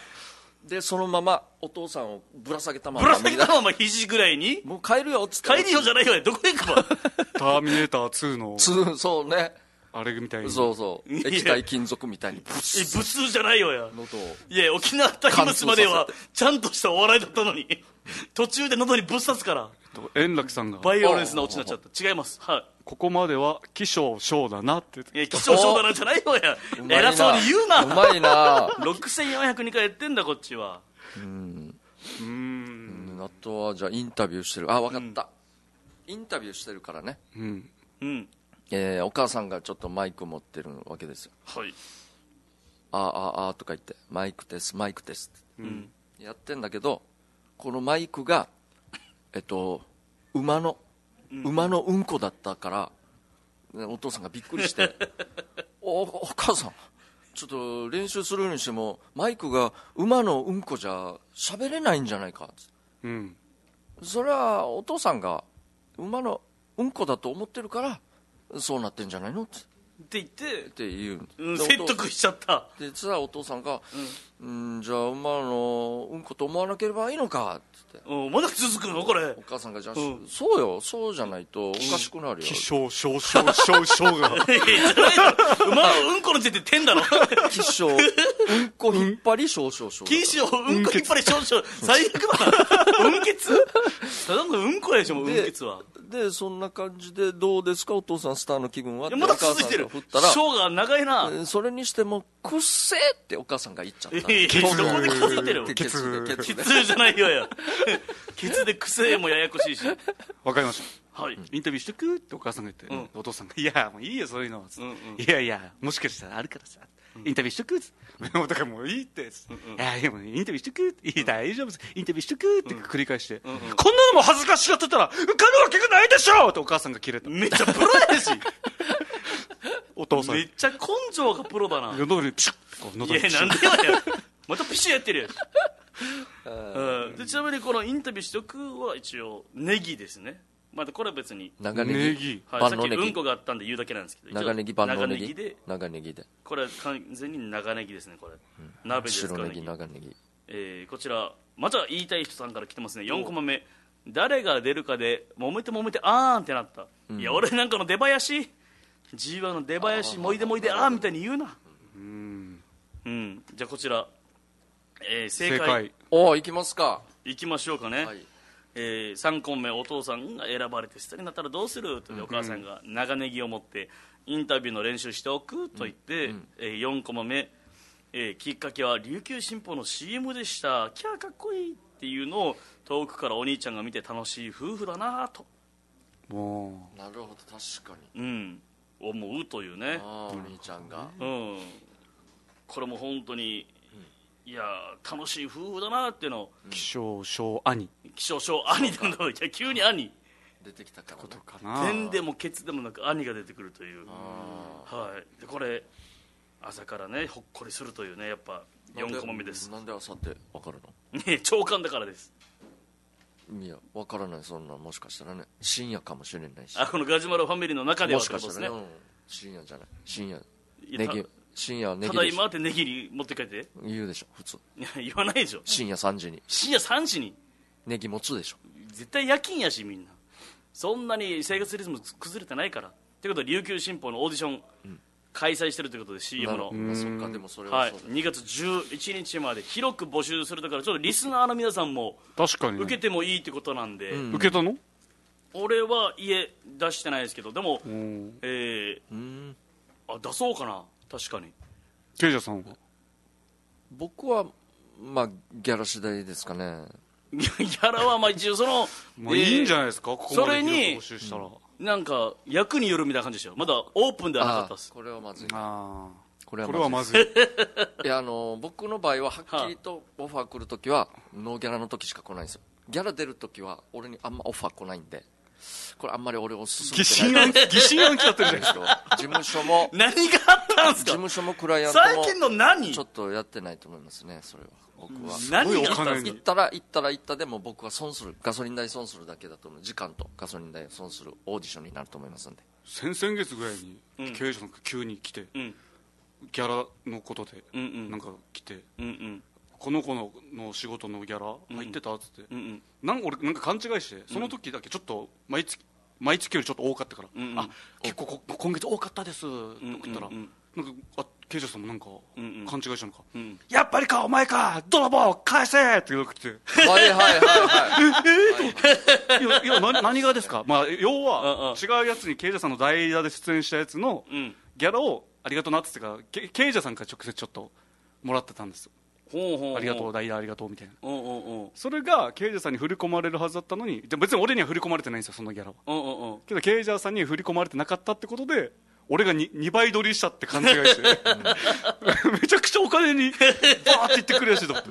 C: でそのままお父さんをぶら下げたま
A: ぶ
C: ま
A: ら下げたまま肘ぐらいに
C: もう帰るよっつって
A: 帰りよじゃないよねどこへ行くわ
B: 「ターミネーター2」の
C: つそうね
B: あれみたいに
C: そうそう
A: いや
C: 液体金属みたいにブス
A: え無通じゃないよや
C: 喉を
A: いや沖縄タイムスまではちゃんとしたお笑いだったのに途中で喉にぶっ刺すから
B: と円楽さんが
A: バイオレンスなオチになっちゃった違いますはい
B: 「ここまでは起承章だな」って言って
A: いや、貴重賞だなじゃないよや。
C: うまいな
A: 偉そうに言う
C: う
A: な。
C: まいな
A: 6402回やってんだ、こっちは。
C: うんあとはじゃあインタビューしてるあ分かった、インタビューしてるからね、
B: うん
A: うん。
C: えーお母さんがちょっとマイク持ってるわけですよ
A: はい。
C: あーあーあーとか言ってマイクですマイクですって、やってんだけどこのマイクがえっと馬の馬のうんこだったから、ねお父さんがびっくり して「おお母さんちょっと練習するにしてもマイクが馬のうんこじゃ喋れないんじゃないか」って
B: うん
C: それはお父さんが馬のうんこだと思ってるからそうなってんじゃないのって
A: って言って、
C: って言う、
A: うん、
C: でお
A: 説
C: 父
A: 得しちゃ った。
C: でさお父さんが「うん、じゃあ馬のうんこと思わなければいいのか」って言って
A: うん、まだ続くのこれ
C: お。母さんが「じゃ
A: う
C: あ、
A: ん
C: そうよそうじゃないとおかしくなるよ」
B: 起承章章章章が
A: いやいやじゃないだろ馬のうんこの時点で点だ ろ。
C: 起承うんこ引っ張り少々少々
A: 禁止をうんこ引っ張り少々。最悪 だな。うんけつただのうんこやでしょ、もううんけつは。
C: でそんな感じでどうですかお父さんスターの気分はっ
A: い
C: て
A: や、
C: お
A: まだ
C: 母さん
A: 続い
C: が
A: てる
C: 振っ。たら
A: 章が長いな。
C: えーそれにしても「くっせえ!」ってお母さんが言っちゃっ
A: いや
C: た
A: いやどこで気づいてるよ。
C: ケツでケ
A: ケ
C: ツで
A: ツじゃないよ や。ケツで癖もややこしいし。
B: わかりました
A: はい。
B: インタビューしてくってお母さんが言って、
A: うん
B: お父さんが「いやもういいよそういうのは」
A: うんうん
B: いやいやもしかしたらあるからさ」インタビューしとく」っつって「もうだからもういい」って「いやでもインタビューしとく」って「いや大丈夫ですインタビューしとく」って繰り返して、こんなのも恥ずかしがってたら受かるわけがないでしょ!」ってお母さんが切れた
A: めっちゃプロやし。
B: お父さん
A: めっちゃ根性がプロだな。い
B: 喉にピシュッてこう喉に
A: や、
B: ピシュ
A: な
B: ッ
A: んでよや。またピシュやってるやんうんでちなみにこのインタビューしとくは一応ネギですねまだこれは別に、
C: 長
B: ネ
C: ネギ
B: ギ
A: はい、さ
C: 万
A: っ
C: 能
A: き
C: ネ
A: うん
C: ギ
A: こがあったんで言うだけなんですけど一応
C: 長ネギ万能ネ
A: 長ネギ
C: ギ
A: で
C: 長ネギで
A: これは完全に長ネギですねこれ、鍋で使う
C: 白
A: ネ
C: ネ
A: ギ
C: ギ長ネギ
A: えーこちらまた言いたい人さんから来てますね4コマ目誰が出るかで揉めて揉めてあーんってなった、いや俺なんかの出囃子 G1 の出囃子もいでもいでああみたいに言うなうん、じゃあこちら、えー正
B: 正
A: 解
B: 解
C: おーいきますか
A: いきましょうかね、
C: はい
A: えー、3婚目お父さんが選ばれて下になったらどうするとお母さんが長ネギを持ってインタビューの練習しておくと言って、えー、4コマ目、えーきっかけは琉球新報の CM でしたキャーかっこいいっていうのを遠くからお兄ちゃんが見て楽しい夫婦だなぁと、
B: も
C: なるほど確かに
A: うん、思うというね、
C: あーお兄ちゃんが
A: うん、これも本当に、いやー楽しい夫婦だなぁっていうのを
B: う気象小兄
A: 気象症兄なんだろういや急に兄
C: 出てきたから、ね、
B: かな
A: 点でもケツでもなく兄が出てくるという、はい、でこれ朝からねほっこりするというねやっぱ
C: なんで
A: 4コマ目です
C: なんであさって分かる
A: ね長官だからです
C: のいや分からないそんなもしかしたらね深夜かもしれないし
A: あこのガジュマルファミリーの中では
C: もしかしたら
A: っ
C: ね
A: てこ
C: うん深夜じゃない深夜
A: いや
C: ネギ深夜は
A: とで
C: ネ
A: すねただ
C: ギでし
A: 今
C: ょ
A: ってネギリ持って帰って
C: 言うでしょ普通
A: いや言わないでしょ
C: 深夜3時に
A: 深夜3時に
C: ネギ持つでしょ
A: 絶対夜勤やしみんなそんなに生活リズム崩れてないからということで琉球新報のオーディション開催してるということで CM の
C: まあそっかでもそれ
A: は、
C: はいそうだ
A: 2月11日まで広く募集するだからちょっとリスナーの皆さんも
B: 確かにね
A: 受けてもいいってことなんで、
B: 受けたの
A: 俺は家出してないですけどでも、えー
C: ん
A: あ出そうかな確かに
B: ケイジャさんは
C: 僕はまあギャラ次第ですかね
A: いやギャラはまあ一応その、
B: まあいいんじゃない
A: い
B: ですかここ
A: そ
B: ま
A: れ
B: で
A: に
B: 広く募集したら
A: なんか役によるみたいな感じでしたよまだオープンではなか
C: あ
A: ったです
C: ーこれはまずい
B: あ
C: こ
B: あ
C: れ
B: これは
C: は
B: ま
C: まず
B: ず い
C: いいやあの僕の場合ははっきりとオファー来るときはノーギャラの時しか来ないんですよギャラ出るときは俺にあんまオファー来ないんでこれあんまり俺を勧
B: 疑
C: めて
B: 心
C: ない
B: 暗鬼疑心暗鬼だったじゃないですか
C: 事務所も
A: 何があったんです
C: 事
A: か
C: 務所もクライアントも
A: 最近の何
C: ちょっとやってないと思いますねそれは僕は
A: 何があったんです
C: 行ったら行ったら行ったでも僕は損するガソリン代損するだけだと思う時間とガソリン代を損するオーディションになると思いますんで
B: 先々月ぐらいに経営者さんが急に来て、
A: ん
B: ギャラのことで、
A: んうん
B: なんか来て
A: うんうん
B: この子のの仕事のギャラ入ってたっつって、
A: うんうん
B: なんか俺なんか勘違いしてその時だけちょっと毎月毎月よりちょっと多かったから、
A: んうん
B: あ結構こ今月多かったですって
A: ん
B: 送ったら、
A: うんうん
B: なんかあ経営者さんもなんか
A: んうん
B: 勘違いしたのか、
A: ん
B: やっぱりかお前か泥棒返せって言うのが来て
C: はいはいはい はい
B: いやいやな何がですか、まあ、要は
A: う
B: 違うやつに経営者さんの代打で出演したやつの、
A: うん
B: ギャラをありがとうなっつってからけ経営者さんから直接ちょっともらってたんですよ
A: ほうほうほう
B: ありがとう代打ありがとうみたいな
A: うんうんうん
B: それが経営者さんに振り込まれるはずだったのにで別に俺には振り込まれてないんですよそのギャラは
A: うんうんうん
B: けど経営者さんに振り込まれてなかったってことで俺が 2, 倍取りしたって勘違いして めちゃくちゃお金にバーって言ってくるやしと思って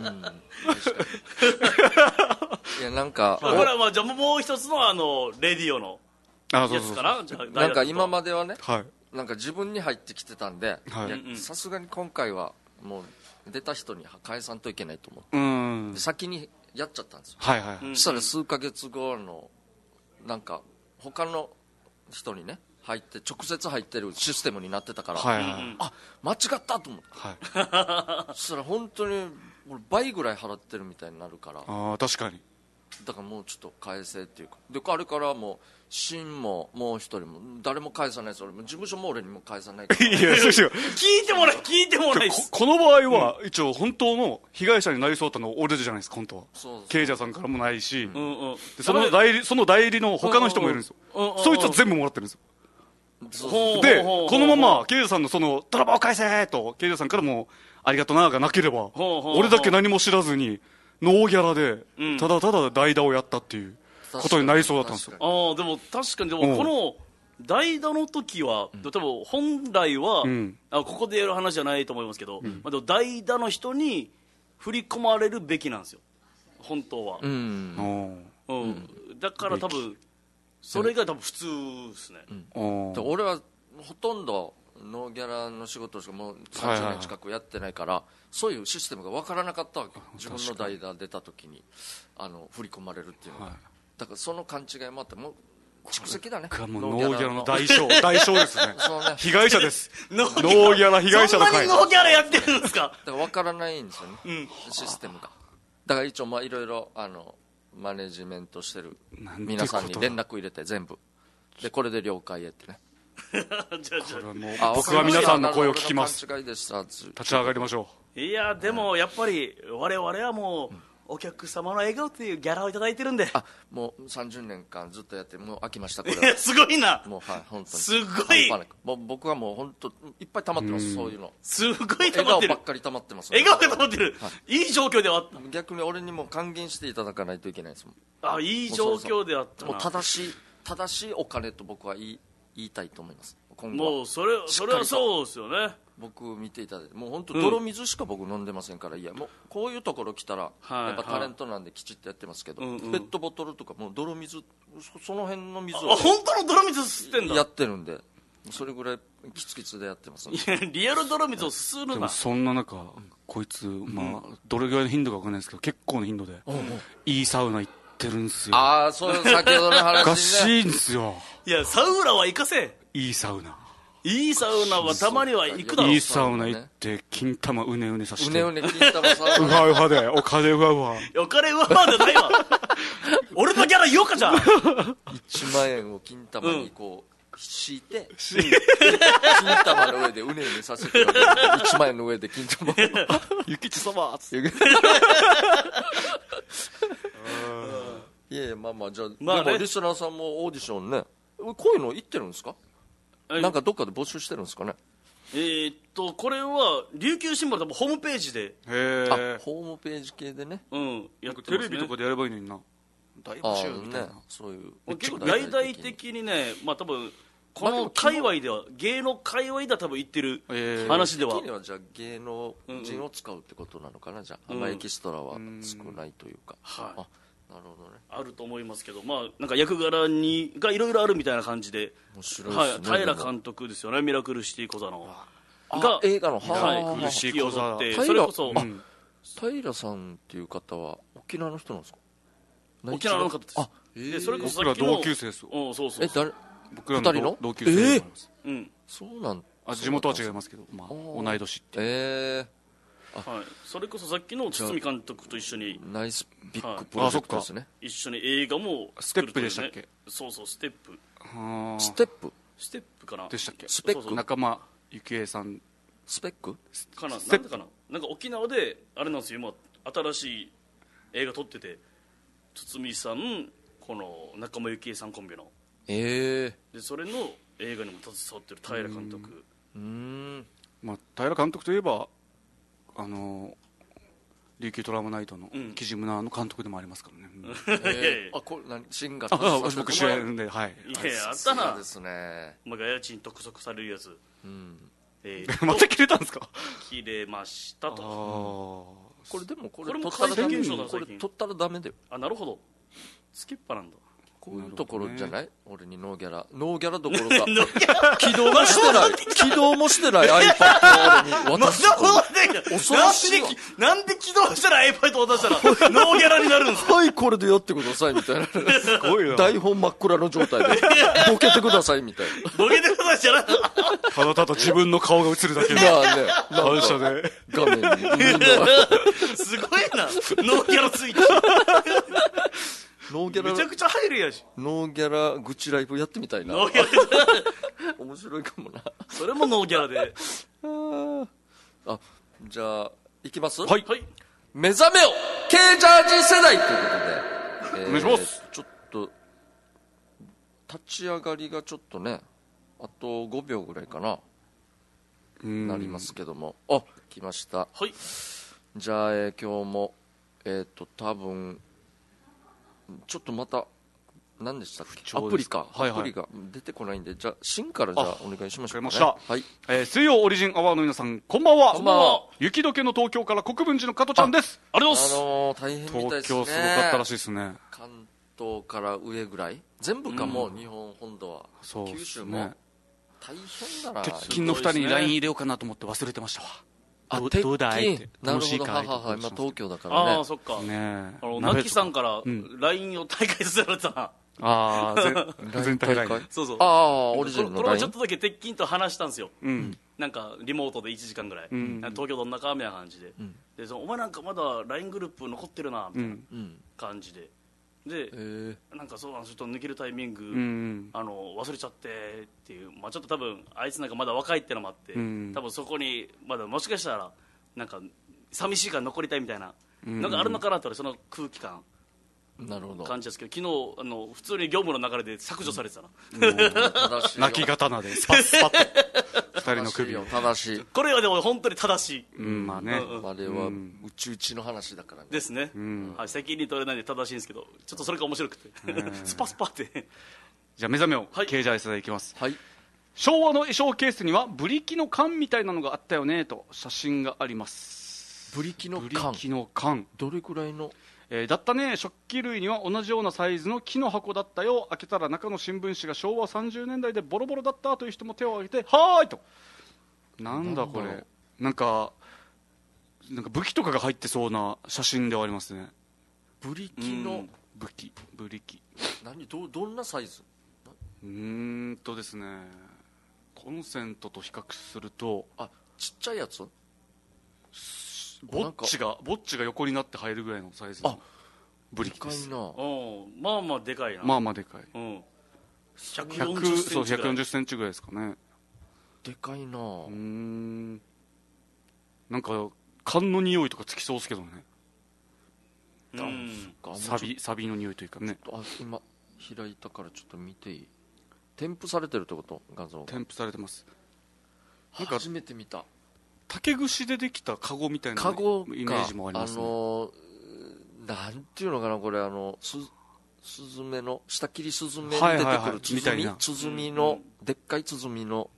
C: いやなんか、
A: ほらまあじゃあもう一つのあのレディオの
B: あ
A: やつかなじゃあ
C: おなん
A: ダ
C: か今
A: イヤルと
C: まではね
B: はい
C: なんか自分に入ってきてたんで
B: はい
C: いや
B: うん
A: うん
C: さすがに今回はもう出た人に返さんといけないと思って
B: うーん
C: で先にやっちゃったんですよ
B: はいはい、
A: うん
C: そしたら数ヶ月後のなんか他の人にね入って直接入ってるシステムになってたから、
B: はいはい
A: うんうん
C: あ間違ったと思って
B: は
C: そ
B: い
C: したら本当に俺倍ぐらい払ってるみたいになるから
B: ああ確かに
C: だからもうちょっと返せっていうかであれからもうシンももう一人も誰も返さないです俺も事務所も俺にも返さない から
B: いやそう しよう
A: 聞いてもない聞いてもないっ
B: こ
A: す
B: この場合は、一応本当の被害者になりそうだったのは俺じゃないですか本当は
C: そうそう
B: 経営者さんからもないし、
A: うんうん
B: でその代理その代理の他の人もいるんですよ、
A: うんうんうん
B: そいつは全部もらってるんですよ、
C: そう
A: ほうほ
B: で
A: うほうほう
B: このまま経営者さんのその「ドラマを返せ!」と経営者さんからも「ありがとな」がなければ
A: ほうほう
B: 俺だけ何も知らずにノーギャラで、
A: うん
B: ただただ代打をやったっていうことになりそうだったんですよ
C: 確か
A: ああでも確かにで
B: うん
A: もこの代打の時は、多分本来は、
B: うん
A: あここでやる話じゃないと思いますけど、まあ、でも代打の人に振り込まれるべきなんですよ本当は、
C: にうん
B: うん
A: うんだから多分それが多分普通ですね、
B: うん
C: で俺はほとんどノーギャラの仕事しかもう
B: はいは
C: 30
B: い
C: 年近くやってないから、そういうシステムが分からなかったわけ自分の代打出た時にあの振り込まれるっていうのが、
B: はい
C: だからその勘違いもあってもう蓄積だね
B: 僕はもうノーギャラ の代償代償ですね
C: そうね
B: 被害者です
A: ノー
B: ノーギャラ被害者の
A: そんな
B: 会
A: にノーギャラやってるんです か
C: だから分からないんですよね、システムがだから一応まあいろいろあのマネジメントしてる
B: なんてことだ
C: 皆さんに連絡入れて全部でこれで了解へってね
A: じゃあじゃあ
B: これはもう
C: あ
B: 僕は皆さんの声を聞きま
C: 私
B: す
C: の勘違いでしたず
B: 立ち上がりましょ
A: いやでもやっぱり我々はもうお客様の笑顔というギャラをいただいてるんで
C: あもう30年間ずっとやってもう飽きましたこ
A: い
C: れ
A: や
C: は
A: すごいな
C: もうはい本当に
A: すご
C: 半
A: い
C: 端なくもう僕はもう本当いっぱい溜まってますそういうの
A: すごい溜ま
C: 笑
A: っ
C: 顔
A: て
C: ば
A: る
C: っかり溜まってま す
A: 笑顔で溜まってるいい状況ではあっ
C: 逆に俺にも還元していただかないといけないですもん
A: たあいい状況ではあった
C: もう
A: な
C: 正しい正しいお金と僕は言い言いたいと思います今後は
A: もうそれそれはそうですよね
C: 僕を見ていただいてもう本当泥水しか僕飲んでませんから、いやもうこういうところ来たら、
A: はい
C: やっぱタレントなんできちっとやってますけど、
A: うんうん
C: ペットボトルとかもう泥水そその辺の水
A: あ
C: を
A: 本当の泥水吸ってんだ
C: やってるんでそれぐらいキツキツでやってますんで
A: いやリアル泥水をすす
B: う
A: る
B: で
A: な
B: もそんな中こいつまあどれぐらいの頻度か分かんないですけど結構な頻度でいいサウナ行ってるんですよお
C: ああそういう先ほど の
B: か
C: 話ね
B: しいんですよ
A: いやサウナは行かせ
B: いいサウナ
A: いいサウナはたまには行くだろ
B: いういサウナ行って金玉うねうねさせ
C: う
B: て
C: ねう
B: う
C: ね金玉さん
B: はうはでお金うはう は
A: お金はまだない わ俺のギャラ言おうかじゃん
C: 1万円を金玉にこう敷いて、金玉の上でうねうねさせて1万円の上で金玉を
B: ゆきち様つって
C: いやいやまあまあじゃあ、
A: まあね
C: でもリスナーさんもオーディションねこういうの行ってるんですか
A: え
C: なんかどっかで募集してるんですかね
A: えーっとこれは琉球新聞の多分ホームページで、
B: へ
C: あホームページ系でね
A: うん、や
B: え
A: って
B: テ
A: ま
B: レ
A: す、ね、
B: ビとかでやればいいのにな大
C: あ
B: 募集
C: あ
B: みたい
C: ね
B: な
C: そういう
A: 結構大々的にね、まあ多分この界隈では、芸能界隈では多分言ってる
B: ええ
A: 話では
C: 時、にはじゃあ芸能人を使うってことなのかな、じゃああんまりエキストラは少ないというか、
A: はい
C: あなるほどね
A: あると思いますけど、まあ、なんか役柄にがいろいろあるみたいな感じで、
C: 面白いで
A: は
C: す
A: い、
C: ね、
A: 平
C: でも
A: 監督ですよね、ミラクルシティ小座の。
C: あ
A: が
C: 映画のは
A: はい、
C: い
A: 苦しい小座って、
C: 平
A: それこそ
C: あ平さんっていう方は沖縄の人なんですか
A: 沖縄の方です
C: あ、え
A: でそれこそ
B: 僕
A: さ
B: ら
A: っきの
B: 同級生ですよ
A: うん、そうそう
C: え誰
B: 僕らの
C: 二人の
B: 同同級生でございます
A: うん
C: そうなん
B: あ地元は違いますけどまあ
C: おー
B: 同い年って
C: え
A: はい、それこそさっきの堤監督と一緒に
C: えナイスビッグプロジェクトですね、
A: 一緒に映画も作るというね
B: ステップでしたっけ
A: そうそうステップ
B: はー
C: ステップ
A: ステップかな
B: でしたっけ
C: スペック
A: そうそう
B: 仲間ゆきえさん
C: スペック
A: かななん
B: テッ
A: でかななんか沖縄であれなんですよ今新しい映画撮ってて堤さんこの仲間由紀恵さんコンビの
C: ええ
A: でそれの映画にも携わってる平監督
C: うーん
B: まあ、平監督といえばあの琉球ドラマナイトの
A: うん
B: 木地村の監督でもありますからね、うん
A: いや
C: え
A: い
C: え
A: や
C: あこれ何シンガー
B: あ私僕主 演ではい
A: いやいやあ
C: あ
A: ったな
C: ですね
A: お前が家賃督促されるやつ
C: うん
A: え
B: また切れたんですか
A: 切れました
B: ああ
A: と
C: これでも
A: こ
C: これ
A: れも
C: 取ったらダメ
A: 怪獣現象だ
C: これ
A: 最近
C: 取ったらダメだよ
A: あなるほどスキッパなんだ
C: こういうところじゃない俺にノーギャラノーギャラどころか
A: ノーギャラ
C: 起動もし てない起動もしてない iPad を俺に渡す 恐ろしいわ
A: なんでなんで起動したら iPad 渡した らノーギャラになるんですか
C: はいこれでやってくださいみたいな
B: すごいな
C: 台本真っ暗の状態 でボケてくださいみたい
A: ボケてくださいじゃな
B: ただただ自分の顔が映るだけ
C: な
B: で
C: まあねなん
B: 感
C: か
B: 謝で
C: 画面にみんな
A: すごいなノーギャラついて
C: ノー ギ
A: め
C: ャ
A: ちゃ
C: ラ
A: くちゃ入るやし
C: ノーギャラ愚痴ライブやってみたいな
A: ノーギャラ
C: 面白いかもな
A: それもノーギャラで
C: あじゃあいきます
A: い、はい、
C: 目覚めよ K ジャージ世代ということで、
B: お願いします
C: ちょっと立ち上がりがちょっとねあと5秒ぐらいかななりますけどもあ来ました
A: はい、
C: じゃあ、えー今日もえっ、と多分ちょっとまた何でしたっけ
B: 調
C: ア
B: です
C: プリか、
B: はいはい
C: アプリが出てこないんでじゃあ芯からじゃあお願いしましょうか、ね、
B: わかりました
C: はい
B: えー水曜オリジンアワーの皆さんこんばんは
C: こんばんは
B: 雪解けの東京から国分寺の加トちゃんです
A: ありがとうございま
C: あ
A: す
C: のー大変みたいですね
B: 東京すごかったらしいですね
C: 関東から上ぐらい全部かも、う日本本土は
B: そうで
C: 九州
B: す
C: も
B: ね
C: 大変だな
B: 鉄筋の2人に LINE 入れようかなと思って忘れてましたわ
C: あ
B: どう
C: 鉄
B: どうだいっ
C: 筋
B: て
C: なる
B: 楽
C: ほ
B: しい
C: ど
B: か
C: はいい
B: って
C: はいはい、まあ、東京だからね
A: ああそっか、
B: ねえ
A: あの
B: 鍋
A: ナ
B: と
A: キ
B: か
A: さんから
B: うん
A: LINE を大会されたな
B: ああ、全体ライン。
A: そうそう
C: ああオリジ
A: これ
C: ン
A: こ
C: の
A: れも
C: LINE
A: ちょっとだけ鉄筋と話したんですよ
B: うん。
A: なんかリモートで1時間ぐらい、
B: ん
A: なんか東京どんなかみたいな感じで,、でそのお前なんかまだ LINE グループ残ってるなみたいな感じで、で、
C: え
A: なんかそうあのちょっと抜けるタイミング、
B: うん
A: あの忘れちゃってっていう、まあ、ちょっと多分あいつなんかまだ若いってのもあって、
B: ん
A: 多分そこにまだもしかしたらなんか寂しいから残りたいみたいなのがあるのかなって俺その空気感
C: なるほど
A: 感じたんですけど昨日あの普通に業務の流れで削除されてたな、
C: 正しいよ
B: 泣き刀でスパッスパッと二人
C: 正し
B: の
C: い
B: 首
C: よ
B: を、
C: 正しい
A: これはでも本当に正しい
B: うん、まあね、
A: うん
C: あれは宇宙一の話だからね
A: ですね、はい、責任取れないんで正しいんですけどちょっとそれが面白くて、スパスパって
B: じゃあ目覚めを
A: はい
B: 経済世代いきます、
C: はい
B: 昭和の衣装ケースにはブリキの缶みたいなのがあったよねと写真があります
C: ブリキの
B: ブリ
C: 缶
B: キの缶
C: どれくらいの
B: えーだったね食器類には同じようなサイズの木の箱だったよ開けたら中の新聞紙が昭和30年代でボロボロだったという人も手を挙げてはーいとなんだこ
C: なんだろ
B: れなんかなんか武器とかが入ってそうな写真ではありますね
C: ブリキの
B: 武器ブリキ
C: 何どどんなサイズ
B: うーんとですねコンセントと比較すると
C: あちっちゃいやつ
B: ボッチがボッチが横になって入るぐらいのサイズの
C: あ
B: ブリ
C: で
B: キで
C: かい
B: す
C: な
A: うんまあまあでかいな、
B: まあまあでかい
A: うん、140セ
B: 100そ
A: ン
B: う
A: チぐらい
B: 140センチぐらいですかね
C: でかいな
B: うーんなんか缶の匂いとかつきそうですけどね
A: うん
C: あもうちょ
B: サ
C: っと
B: ビサビの匂いというかね
C: あ今開いたからちょっと見ていい添付されてるってこと画像が
B: 添付されてますなんか
C: 初めて見た
B: 竹串でできたカゴみたいな
C: カゴか
B: イメージもありますね、
C: のーなんていうのかなこれあのすスズメの下切りスズメに出て
B: はいはい
C: く
B: は
C: る
B: い
C: 鼓
B: みたいな
C: 鼓のでっかい鼓の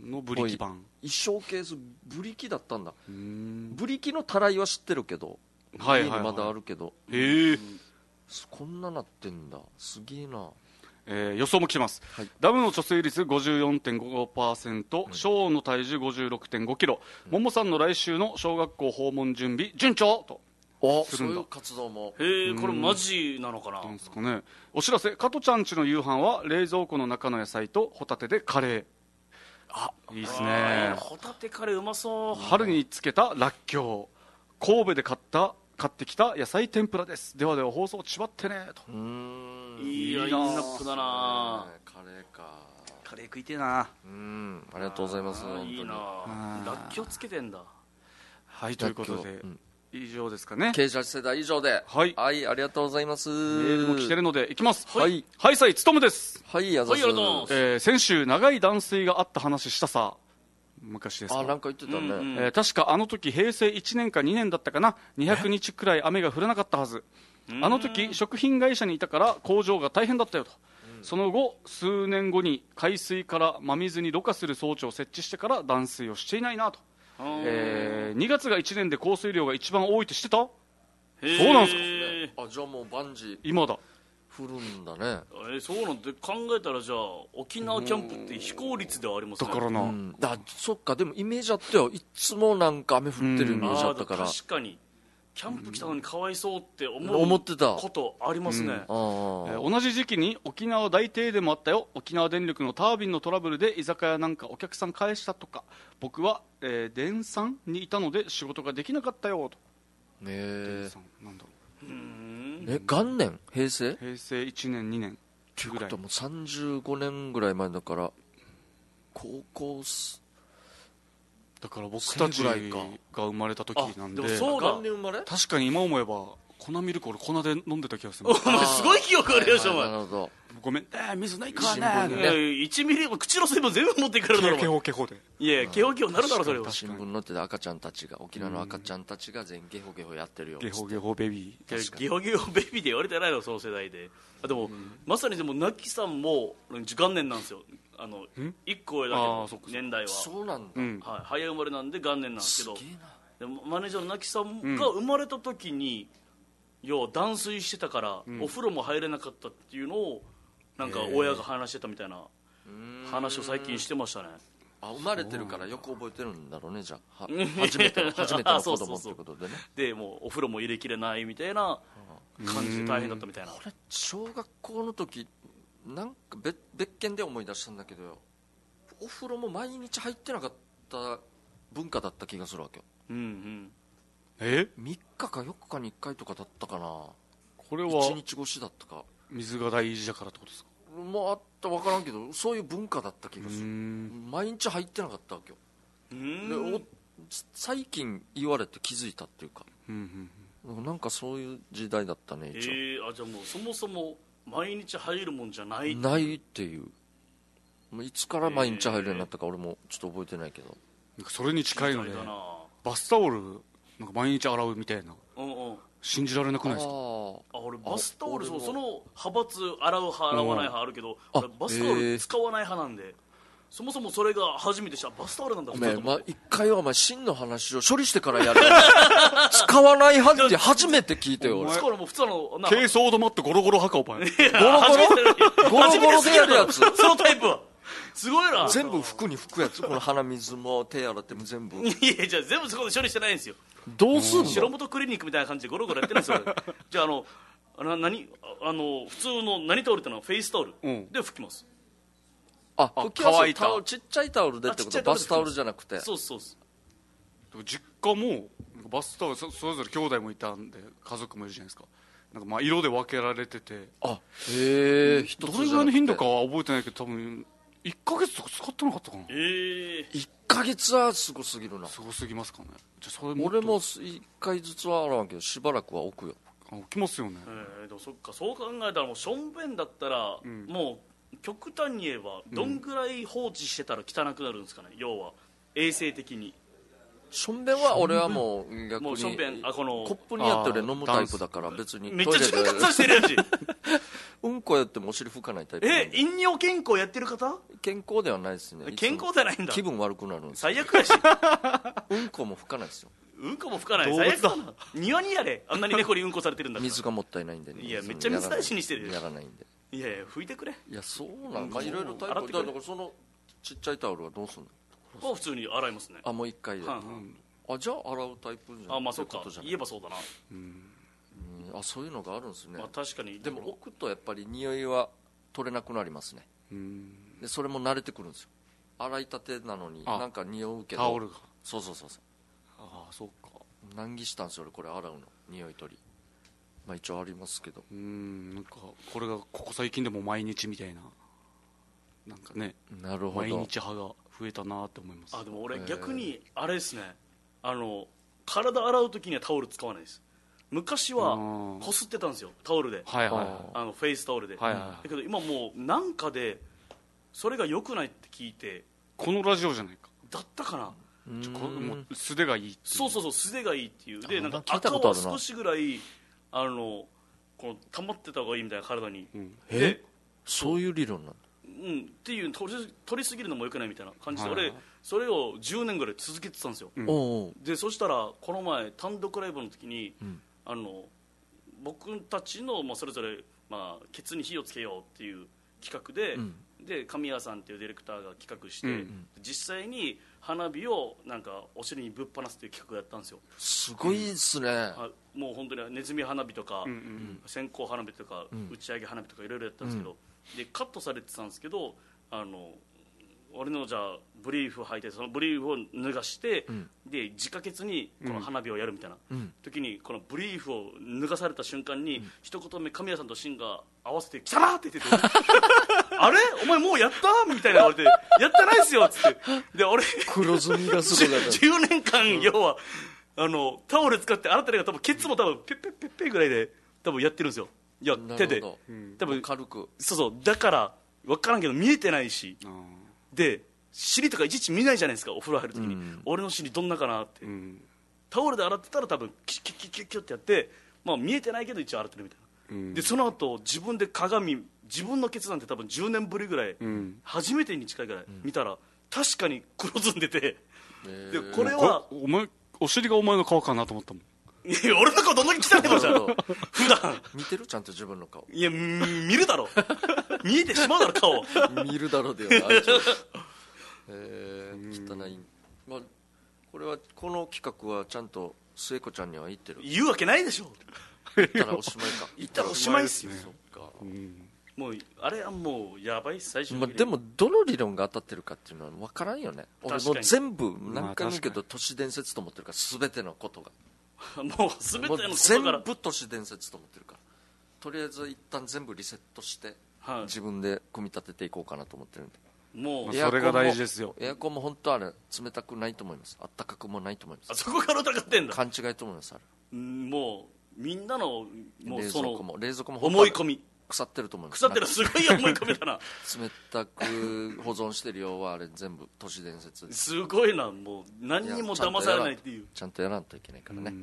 B: のブリキ版
C: 一生ケースブリキだったんだ
B: うーん
C: ブリキのたらいは知ってるけど
B: はいは
C: 家
B: いはい
C: にまだあるけど
B: へえ
C: すこんななってんだすげえな
B: えー予想も来てます、
C: はい
B: ダムの貯水率54.5%、ショーンの体重56.5キロ、ももさんの来週の小学校訪問準備、順調と、
C: お
B: す
C: そ
B: る
C: うん
B: だ
C: いう活動も
A: へえこれマジなのかな
B: なんですかね、お知らせ、加トちゃんちの夕飯は冷蔵庫の中の野菜とホタテでカレー、いいですね
A: あー、ホタテカレーうまそう
B: 春につけたらっきょう、神戸で買った買ってきた野菜天ぷらです、ではでは放送、ちばってねと、
C: うーん
A: いいラインナップだな
C: カレーか
A: カレー食いてえな
C: うんありがとうございます
A: あーいいな
C: 本
A: らっきょうつけてんだ
B: はいと
C: 当に
B: いうことで、
C: うん
B: 以上ですかね。
C: 経済世代以上では
B: はい
C: はい、ありがとうございますメ
B: メールも来てるので、いきます。
C: はい
B: はい、はい、さい、つとむです。
C: はいあざす
A: はいありがとうござい
B: えー先週長い断水があった話したさ昔です
C: あなんか言
B: か
C: ってたね、
A: うんうん
B: えー確かあの時平成1年か2年だったかな200日くらい雨が降らなかったはずあの時食品会社にいたから工場が大変だったよと、その後数年後に海水から真水にろ過する装置を設置してから断水をしていないなと、え2月が1年で降水量が一番多いとしてた
A: へ
B: そうなんすか
A: え
C: あじゃあもう万事
B: 今だ
C: 降るんだね
A: ーそうなんで考えたらじゃあ沖縄キャンプって非効率ではあります
B: だ
A: ね
B: からな、
C: うんだそっかでもイメージあったよいつもなんか雨降ってるイメージあったから、
A: あー確かにキャンプ来たのにかわいそうって思う
C: 思ってた
A: ことありますね、
C: あー
B: えー同じ時期に沖縄大停電もあったよ沖縄電力のタービンのトラブルで居酒屋なんかお客さん返したとか僕は、えー電産にいたので仕事ができなかったよと、
C: ねえ
B: 電産なんだろう
C: え元年平成っ
B: 平成1年2年
C: ていう
B: ぐ
C: こ
B: らい
C: とはもう35年ぐらい前だから高校す
B: だから僕たち
C: ぐ
B: が
C: らいか
B: 生まれた時なんで
A: あでもそうだ
C: 元年生まれ
B: 確かに今思えば粉ミルク俺粉で飲んでた気がす る
A: お前すごい記憶あるよしお
C: な
A: 前
C: るほど
B: ごめんね水ないか
C: 新聞
B: らね
C: に
A: いやいや1ミリも口の水分全部持っていくからだろお
B: ケ
A: 前
B: ホケホで
A: いやいやケホケホなるだろそれは
C: 新聞載ってた赤ちゃんたちが沖縄の赤ちゃんたちが全員ゲホゲホやってるよ
B: ゲホゲホベビー
A: いやギホギホベイビーで言われてないのその世代であでも、まさにでもなきさんも元年なんですよあの一個上だけ
B: あー
A: ど
B: そっかそっか
A: 年代は、
C: そうなんだ、
B: うん
A: はい、早生まれなんで元年なんです
C: す
A: けど
C: げえな
A: でもマネージャーのなきさんが生まれた時に、要は断水してたから、お風呂も入れなかったっていうのをなんか親が話してたみたいな話を最近してましたね
C: あ生まれてるからよく覚えてるんだろうねじゃあは初めての初めての子供ってことでね
A: でもうお風呂も入れきれないみたいな感じで大変だったみたいな
C: これ小学校の時なんか別別件で思い出したんだけどよお風呂も毎日入ってなかった文化だった気がするわけよ
A: うんうん
B: え
C: 3日か4日に1回とかだったかな
B: これ
C: 1
B: は
C: 日越しだったか
B: 水が大事だからってことですか
C: もうあった分からんけどそういう文化だった気がす
B: う
C: る
B: ん
C: 毎日入ってなかったわけよでお最近言われて気づいたっていうか
B: うん
C: なんかそういう時代だったね
A: え
C: 一応、
A: ー、あじゃあもうそもそも毎日入るもんじゃない、
C: ないっていうもういつから毎日入るようになったか俺もちょっと覚えてないけど、
B: なんかそれに近いので
A: だな
B: バスタオルなんか毎日洗うみたいな
A: うんうん
B: 信じられなくないです
C: あ
B: か
A: あ俺バスタオル
C: 俺
A: そ
C: も
A: うその派閥洗う派洗わない派あるけど俺バスタオ
C: へ
A: ル
C: ー
A: 使わない派なんで、そもそもそれが初めてしたバスタオルなんだ
C: あ
A: これ
C: お前、
A: と
C: ま
A: 思
C: あ
A: っ、て
C: 一回はお前真の話を処理してからやる 使わない派って初めて聞いたよ
B: お
C: 俺
B: 前
A: スタオルも普通のな
B: 軽装止まってゴロゴロ墓お前
C: ゴロゴロゴロ
A: 初
C: ゴ
A: め
C: ロ
A: て
C: でやるやつ
A: 好きだなそのタイプはすごいな
C: 全部服に服やつこの鼻水も手洗っても全部
A: いやじゃあ全部そこで処理してないんですよ
C: どうすん
A: 白
C: の
A: 本クリニックみたいな感じでゴロゴロやってるんですよ俺じゃああのな何ああの普通の何タオルってのはフェイスタオル
B: うん
A: で拭きます、
C: あ拭きやす
B: 乾い
C: い
B: た
C: タオルちっちゃいタオルでって
A: あち
C: こ
A: っちゃ
C: と
A: いタオ
C: バ
A: ルで
C: スタオルじゃなくて
A: そうそうそう
B: 実家もなんかバスタオルそそれぞれ兄弟もいたんで家族もいるじゃないですかなんかまあ色で分けられてて
C: あへえ
B: ど
C: 一
B: れ
C: つ
B: ぐ
C: じ
B: ら
C: ゃな
B: いの頻度
C: く
B: か
C: て
B: は覚えてないけど多分1ヶ月とか使ってなかったかな
A: ええ
C: 1ヶ月はすごすぎるな
B: すごすぎますかねじゃあそれっと
C: 俺も1回ずつは洗わんけどしばらくは置くよ
B: あ起きますよね
A: えーでもそっかそう考えたらもうしょんべんだったら、もう極端に言えばどんぐらい放置してたら汚くなるんですかね、要は衛生的に
C: しょんべんは俺はもう逆に
A: もうしょんべんあこの
C: コップにやって俺飲むタイプだから別に
A: めっち
C: ト
A: ゃ潤
C: イレで
A: 滑さしてるや つ
C: うんこやってもお尻拭かないタイプなん
A: え
C: で
A: 陰尿健康やってる方
C: 健康ではないですねいつも
A: 健康じゃないんだ
C: 気分悪くなるんです
A: 最悪やし
C: うんこも拭かないですよ
A: うんこも拭かない
B: 動
A: 最
B: 物
A: 悪
B: だ
A: だな庭にやれあんなに猫にうんこされてるんだから
C: 水がもったいないんでね
A: いや
C: その
A: めっちゃ水大事にしてる
C: やらないんで
A: いやいや拭いてくれ
C: いやそうなんまあ
A: うん
C: いろいろタイ
A: 洗っ
C: プ
A: てくれ
C: だからそのちっちゃいタオルはどうすんの
A: まあ普通に洗いますね
C: あもう一回で
A: は
C: あ
A: んはん
C: じゃあ洗うタイプじゃん
A: あまあそっか
C: てことじゃない
A: 言えばそうだな、
C: うんあそういうのがあるんですね
A: まあ確かに
C: でも置くとやっぱり匂いは取れなくなりますね
B: うん
C: でそれも慣れてくるんですよ洗いたてなのに
B: あ
C: なんか匂うけど
B: タオルが
C: そうそうそうそ
B: ああそうか
C: う難儀したんですよ俺これ洗うの匂い取りまあ一応ありますけど
B: うんなんかこれがここ最近でも毎日みたいななんかね
C: なるほ
B: 毎
C: ど
B: 日派が増えたなって思います
A: あでも俺逆にあれですね、あの体洗う時にはタオル使わないです昔は
B: うん
A: こすってたんですよタオルで
B: はいはい
C: あ
B: は
A: あのフェイスタオルで、
B: はいはいはい
A: だけど今もうなんかでそれが良くないって聞いて
B: いこのラジオじゃないか
A: だったかな
B: ちょこもう素手がいいってい
A: そうそうそう素手がいいっていうで
C: あ
A: なんか
C: 聞いた
A: 赤
C: ことあ
A: は
C: るな
A: 少しぐらいあのこの溜まってた方がいいみたいな体に、
C: えそういう理論なんだ
A: うん、っていう取り取りすぎるのも良くないみたいな感じで、
B: はいはい
A: 俺それを10年ぐらい続けてたんですよ、
C: おうおう
A: でそしたらこの前単独ライブの時に、あの僕たちの、まあ、それぞれ、まあ、ケツに火をつけようっていう企画で、で神谷さんっていうディレクターが企画して、実際に花火をなんかお尻にぶっ放すっていう企画をやったんですよ、
C: すごいっすね、
A: あもう本当にネズミ花火とか、線香花火とか、打ち上げ花火とかいろいろやったんですけど、でカットされてたんですけどあの俺のじゃあブリーフ履いてそのブリーフを脱がして、で自家血にこの花火をやるみたいな、時にこのブリーフを脱がされた瞬間に、一言目神谷さんとシンが合わせて「来たな!」って言ってて 「あれお前もうやった?」みたいな言われて「やってないっすよ」っつってで俺
C: 黒ずみがすごいな
A: 10年間、要はあのタオル使って洗ったりが多分ケツも多分ペッペッペッペッぐらいで多分やってるんですよいや
C: な るほど
A: 手で
C: うん
A: 多分
C: 軽く
A: そうそうだから分からんけど見えてないし
B: う
A: で尻とかいちいち見ないじゃないですかお風呂入るときに、俺の尻どんなかなって、
B: ん
A: タオルで洗ってたら多分キュッキュッキュッキュッキュッってやって、まあ、見えてないけど一応洗ってるみたいな、でその後自分で鏡自分のケツなんて多分10年ぶりぐらい、
B: ん
A: 初めてに近いぐらい見たら、確かに黒ずんでて、でこ
B: こ
A: れは
B: お前お尻がお前の顔かなと思ったもん
A: いや俺の顔どんだけ汚いのじゃ
C: なる
A: ん
C: ほど
A: 普段
C: 見てるちゃんと自分の顔
A: いやん見るだろ見えてしまうだろ顔
C: 見るだろ うだよなあいつえー汚い、まあ、これはこの企画はちゃんと末子ちゃんには言ってる言
A: 言うわけないでしょ
C: ったらおしまいか
A: 言ったらおしまいっすよ
C: そっか、
A: もうあれはもうやばいっす最初
C: まあ、でもどの理論が当たってるかっていうのは分からんよね俺
A: 確
C: も
A: かに
C: う全部何回
B: まあ
C: も言うけ
B: 確か
C: ど都市伝説と思ってるから全てのことが
A: もう全ての
C: も
A: こ
C: う
A: と
C: 全
A: から
C: 部都市伝説と思ってるからとりあえず一旦全部リセットして、
A: はい
C: 自分で組み立てていこうかなと思ってるんで
A: もう
B: いやそれが大事ですよ
C: エアコンもエアコンも本当あれ冷たくないと思いますあったかくもないと思い
A: あ
C: ます
A: そこから疑ってんだ
C: 勘違いと思いますあれ
A: うんもうみんなのもう
C: 冷
A: そ
C: 蔵
A: の
C: 庫も冷蔵庫も本当
A: 思い込み
C: 腐ってると思います
A: 腐ってるすごい思い込みだな
C: 冷たく保存してるようはあれ全部都市伝説です
A: すごいなもう何にも騙されないっていう
C: ちゃんとやらんといけないからね、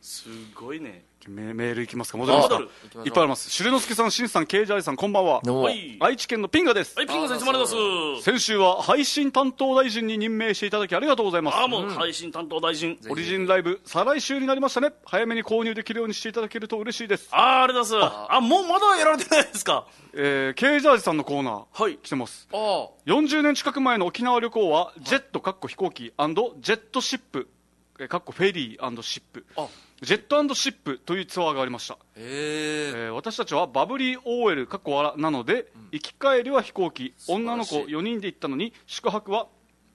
A: すごいね
B: メメールいきますか戻りますか
A: あ戻る
C: 行きましょう
B: いっぱいありますしゅれのすけさんしんさんけいじあいさんこんばんは
C: どうも
A: はい
B: 愛知県のピンガです
A: はいピンクさんいつまでです
B: 先週は配信担当大臣に任命していただきありがとうございます
A: ああもう配信担当大臣
B: オリジンライブ再来週になりましたね早めに購入できるようにしていただけると嬉しいです
A: あああれだすあもうまだやられてないですか
B: えー、ケイジャージさんのコーナー、
A: はい
B: 来てます
C: あ
B: 40年近く前の沖縄旅行はジェットかっこ飛行機ジェットシップえーかっこフェリーシップ
C: あ
B: ジェットシップというツアーがありました、
C: ええ
B: えー私たちはバブリー OL かっこわらなので、行き帰りは飛行機
C: 晴
B: 女
C: ら
B: の
C: しい
B: 子4人で行ったのに宿泊は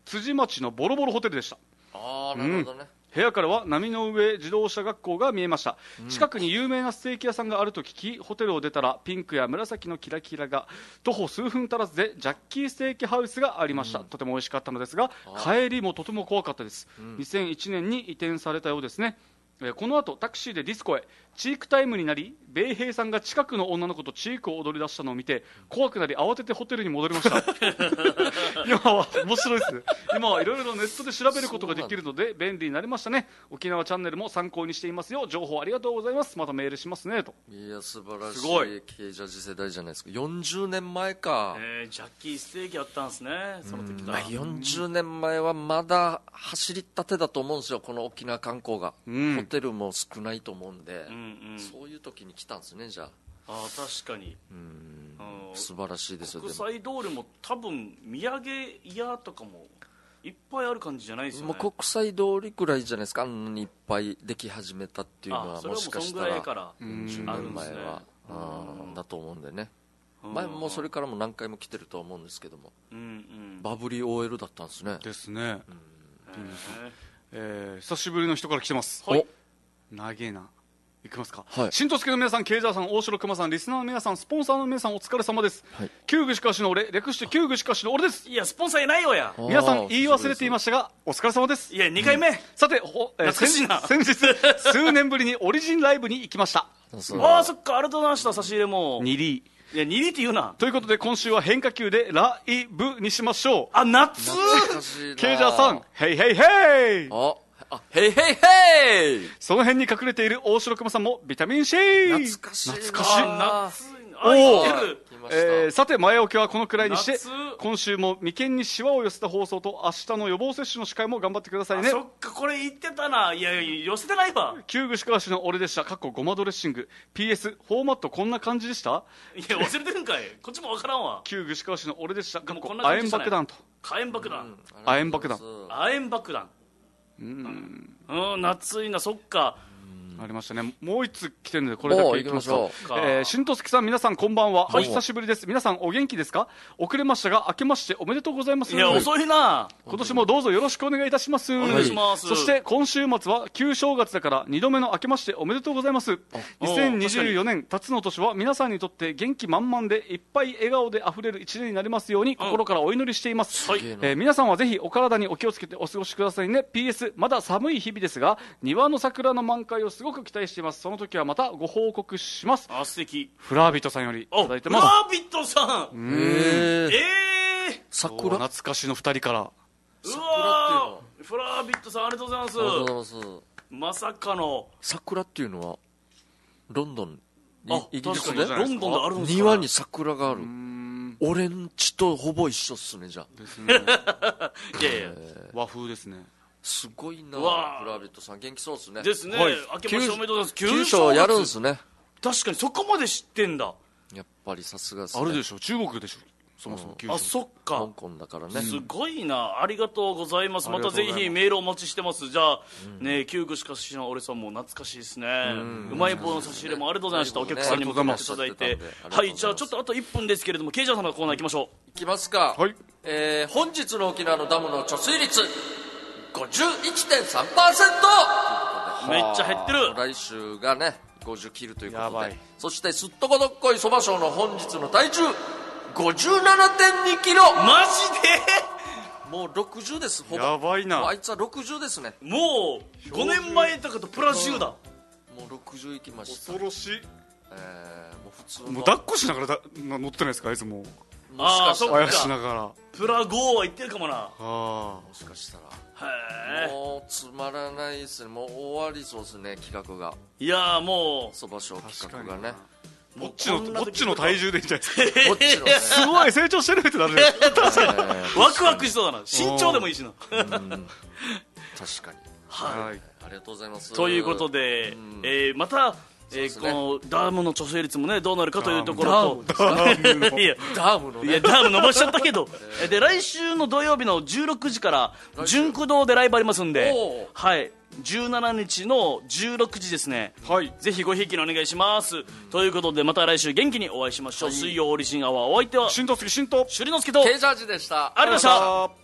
B: 辻町のボロボロホテルでした
C: ああなるほどね、
B: 部屋からは波の上自動車学校が見えました、近くに有名なステーキ屋さんがあると聞きホテルを出たらピンクや紫のキラキラが徒歩数分足らずでジャッキーステーキハウスがありました、とても美味しかったのですが帰りもとても怖かったです、2001年に移転されたようですねえーこの後タクシーでディスコへチークタイムになり米兵さんが近くの女の子とチークを踊り出したのを見て怖くなり慌ててホテルに戻りました今は面白いですね今はいろいろネットで調べることができるので便利になりましたね沖縄チャンネルも参考にしていますよ情報ありがとうございますまたメールしますねと
C: いや素晴らしい
A: すごい
C: ケイジャージ世代じゃないですか40年前か、
A: えージャッキーステーキやったんですねその時
C: ま
A: が
C: あ、40年前はまだ走りたてだと思うんですよ、この沖縄観光が、
B: ん
C: ホテルも少ないと思うんで、
A: うんうん
C: そういう時に来たんですね、じゃあ、
A: あー確かにうん
C: 素晴らしいですよ、
A: 国
C: でも、
A: 際通りも多分土産屋とかもいっぱいある感じじゃないですよ
C: も
A: ね
C: う国際通りくらいじゃないですか、あんなにいっぱいでき始めたっていうの
A: あ
C: は、
A: それ
C: も
A: は
C: し
A: もう
C: か
A: そん
C: し
A: ぐ
C: た
A: らい
C: ら
A: から
C: 40
A: あるんで
C: 年
A: す
C: 前
A: ね
C: は、うんだと思うんでね、前もうそれからも何回も来てるとは思うんですけども、
A: うんうん
C: バブリー OL だったんですね。
B: ですね、
A: えー
B: えー久しぶりの人から来てます
A: はい
B: 長えな行きますか、
C: はい
B: 新十助の皆さん、ケイジャーさん、大城熊さん、リスナーの皆さん、スポンサーの皆さん、お疲れ様です、
C: はい
B: 旧具しかしの俺、略して旧具しかしの俺です、
A: いやスポンサーいないよや
C: お
B: 皆さん、言い忘れていましたが、お疲れ様です
A: い、や2回目
B: さて、ほえー
A: 懐かしいな
B: 先先日、数年ぶりにオリジンライブに行きました、
C: そう
A: ああそっかありがとうございました差し入れも
B: ニリー
A: いや2リって言うな
B: ということで、今週は変化球でライブにしましょ、
A: あ夏
C: 懐かしいうな
B: ケイジャーさん、ヘイヘイヘイ
C: あ、あ、へいへいへい
B: その辺に隠れている大城熊さんもビタミン C
C: 懐かしいな
B: 懐かしい
A: あ夏あ
B: おー
A: いける
C: 来ました
B: えーさて前置きはこのくらいにして
A: 夏
B: 今週も眉間にシワを寄せた放送と明日の予防接種の司会も頑張ってください
A: あ
B: ね
A: そっかこれ言ってたないやいや寄せてないわ
B: 旧具しかわしの俺でしたかっこごまドレッシング PS フォーマットこんな感じでした
A: いや忘れてるんかいこっちもわからんわ
B: 旧具しかわしの俺でした
A: で
B: かっ
A: もこ
B: こ
A: んな
B: 亜
A: 感じ
B: 鉛
A: でしたね
B: 爆弾と
A: 火炎爆弾
B: 亜鉛爆弾
C: そう
A: 亜鉛爆弾うんうん夏いなそっか
B: ありましたねもう一つ来てるのでこれだけ
C: おう
B: いきますか
C: 行きま
A: しょう
B: えー、新十月さん皆さんこんばんは、お久しぶりです皆さんお元気ですか遅れましたが明けましておめでとうございます
A: いや遅いな
B: 今年もどうぞよろしくお願いいたします。お
A: 願いします
B: そして今週末は旧正月だから2度目の明けましておめでとうございます。2024年、辰の年は皆さんにとって元気満々でいっぱい笑顔で溢れる一年になりますように心からお祈りしています。
A: はい
B: えー皆さんはぜひお体にお気をつけてお過ごしくださいね。PS、まだ寒い日々ですが、庭の桜の満開をすごく期待しています。その時はまたご報告します。
A: あ素敵
B: フラービットさんよりい
A: あ
B: ただいてます。
A: ラービットさん
C: へー
A: ええ
B: お
C: 桜
B: 懐かしの2人から。
A: う
C: 桜
A: わ
C: っ
A: ーフラービットさんありがとうございます
C: ありがとうございます
A: まさかの
C: 桜っていうのはロンドンい
A: あ
C: イギリス
A: 確
C: で
A: かにロンドンであるんですか
C: 庭に桜がある俺んちとほぼ一緒っすねじゃあ
A: いやいや
B: 和風ですね。
C: すごいなフ
A: わー
C: ラビットさん元気そうっすね
A: ですね、
B: はい
A: 明けましておめでとうございます
C: 九章やるんすね
A: 確かにそこまで知ってんだ
C: やっぱりさすがっすね
B: あるでしょ中国でしょそもそも旧正
A: あ
B: 月
A: そっ
C: 香
A: か
C: 港だからね
A: すごいなありがとうございますまたぜ
B: ありがとうござい
A: ひ
B: ま
A: メールお待ちしてますじゃあ、ね旧具しかしな俺さんも懐かしいですねうまい棒の差し入れもありがとうございましたお
C: 懐
A: 客さ
C: かしい
A: んに
C: ね
A: も来ていただい
C: あり
A: て
C: がとうございます
A: はいじゃあちょっとあと1分ですけれどもケイジャーさんのコーナー行きましょ
C: いきますか、
B: はい
C: えー本日の沖縄のダムの貯水率51.3%
A: うめっちゃ減ってる
C: 来週がね50切るという
B: や
C: こと
B: ば
C: で
B: い
C: そしてすっとこどっこいそば賞の本日の体重57.2キロ
A: マ
C: もう60ですほぼ
B: やばいな
C: もうあいつは60ですね
A: ジでもう5年前とかとプラス10だ
C: もう60いきました、
B: 恐ろしい
C: えーもう普通の
B: もう抱っこしながらだな乗ってないですかあいつも
C: もしかした
A: あ
B: あ
A: ーそ
C: ら
A: っ
B: やしながらあ
A: プラ5はいってるかもな
B: あ
C: もしかしたら
A: へえ
C: もうつまらないですねもう終わりそうですね企画が
A: いやーも
C: そば賞企
B: 確
C: 画
B: か
C: が
B: に
C: ね
B: な
A: う
B: こっちの
A: もうこんな
B: こ
A: 時
B: っちの体重でいいんじゃないです
C: こっちのね
B: かすごい成長してるってな るじゃないですか
C: え ー
A: ワクワクしそうだな身長でもいいしな
C: 確かに
B: はい
C: ありがとうございます
A: ということで、
C: ん
A: えーまた、え
C: うで
A: ー
C: すね
A: このダームの貯水率もねどうなるかというところと
B: ム
A: いや
C: ダームの
A: い
C: ね
A: やダーム伸ばしちゃったけ ど、えで来週の土曜日の16時から純駆動でライブありますんで
C: おう、
A: はい、17日の16時ですね、
B: はい
A: ぜひごひいきにお願いします、ということでまた来週元気にお会いしましょう、水曜オリジンアワーお相手は
B: 浸透する浸透
A: 朱里之介とあり
C: ケージャージでし
A: がと
C: た
A: うございました
B: あ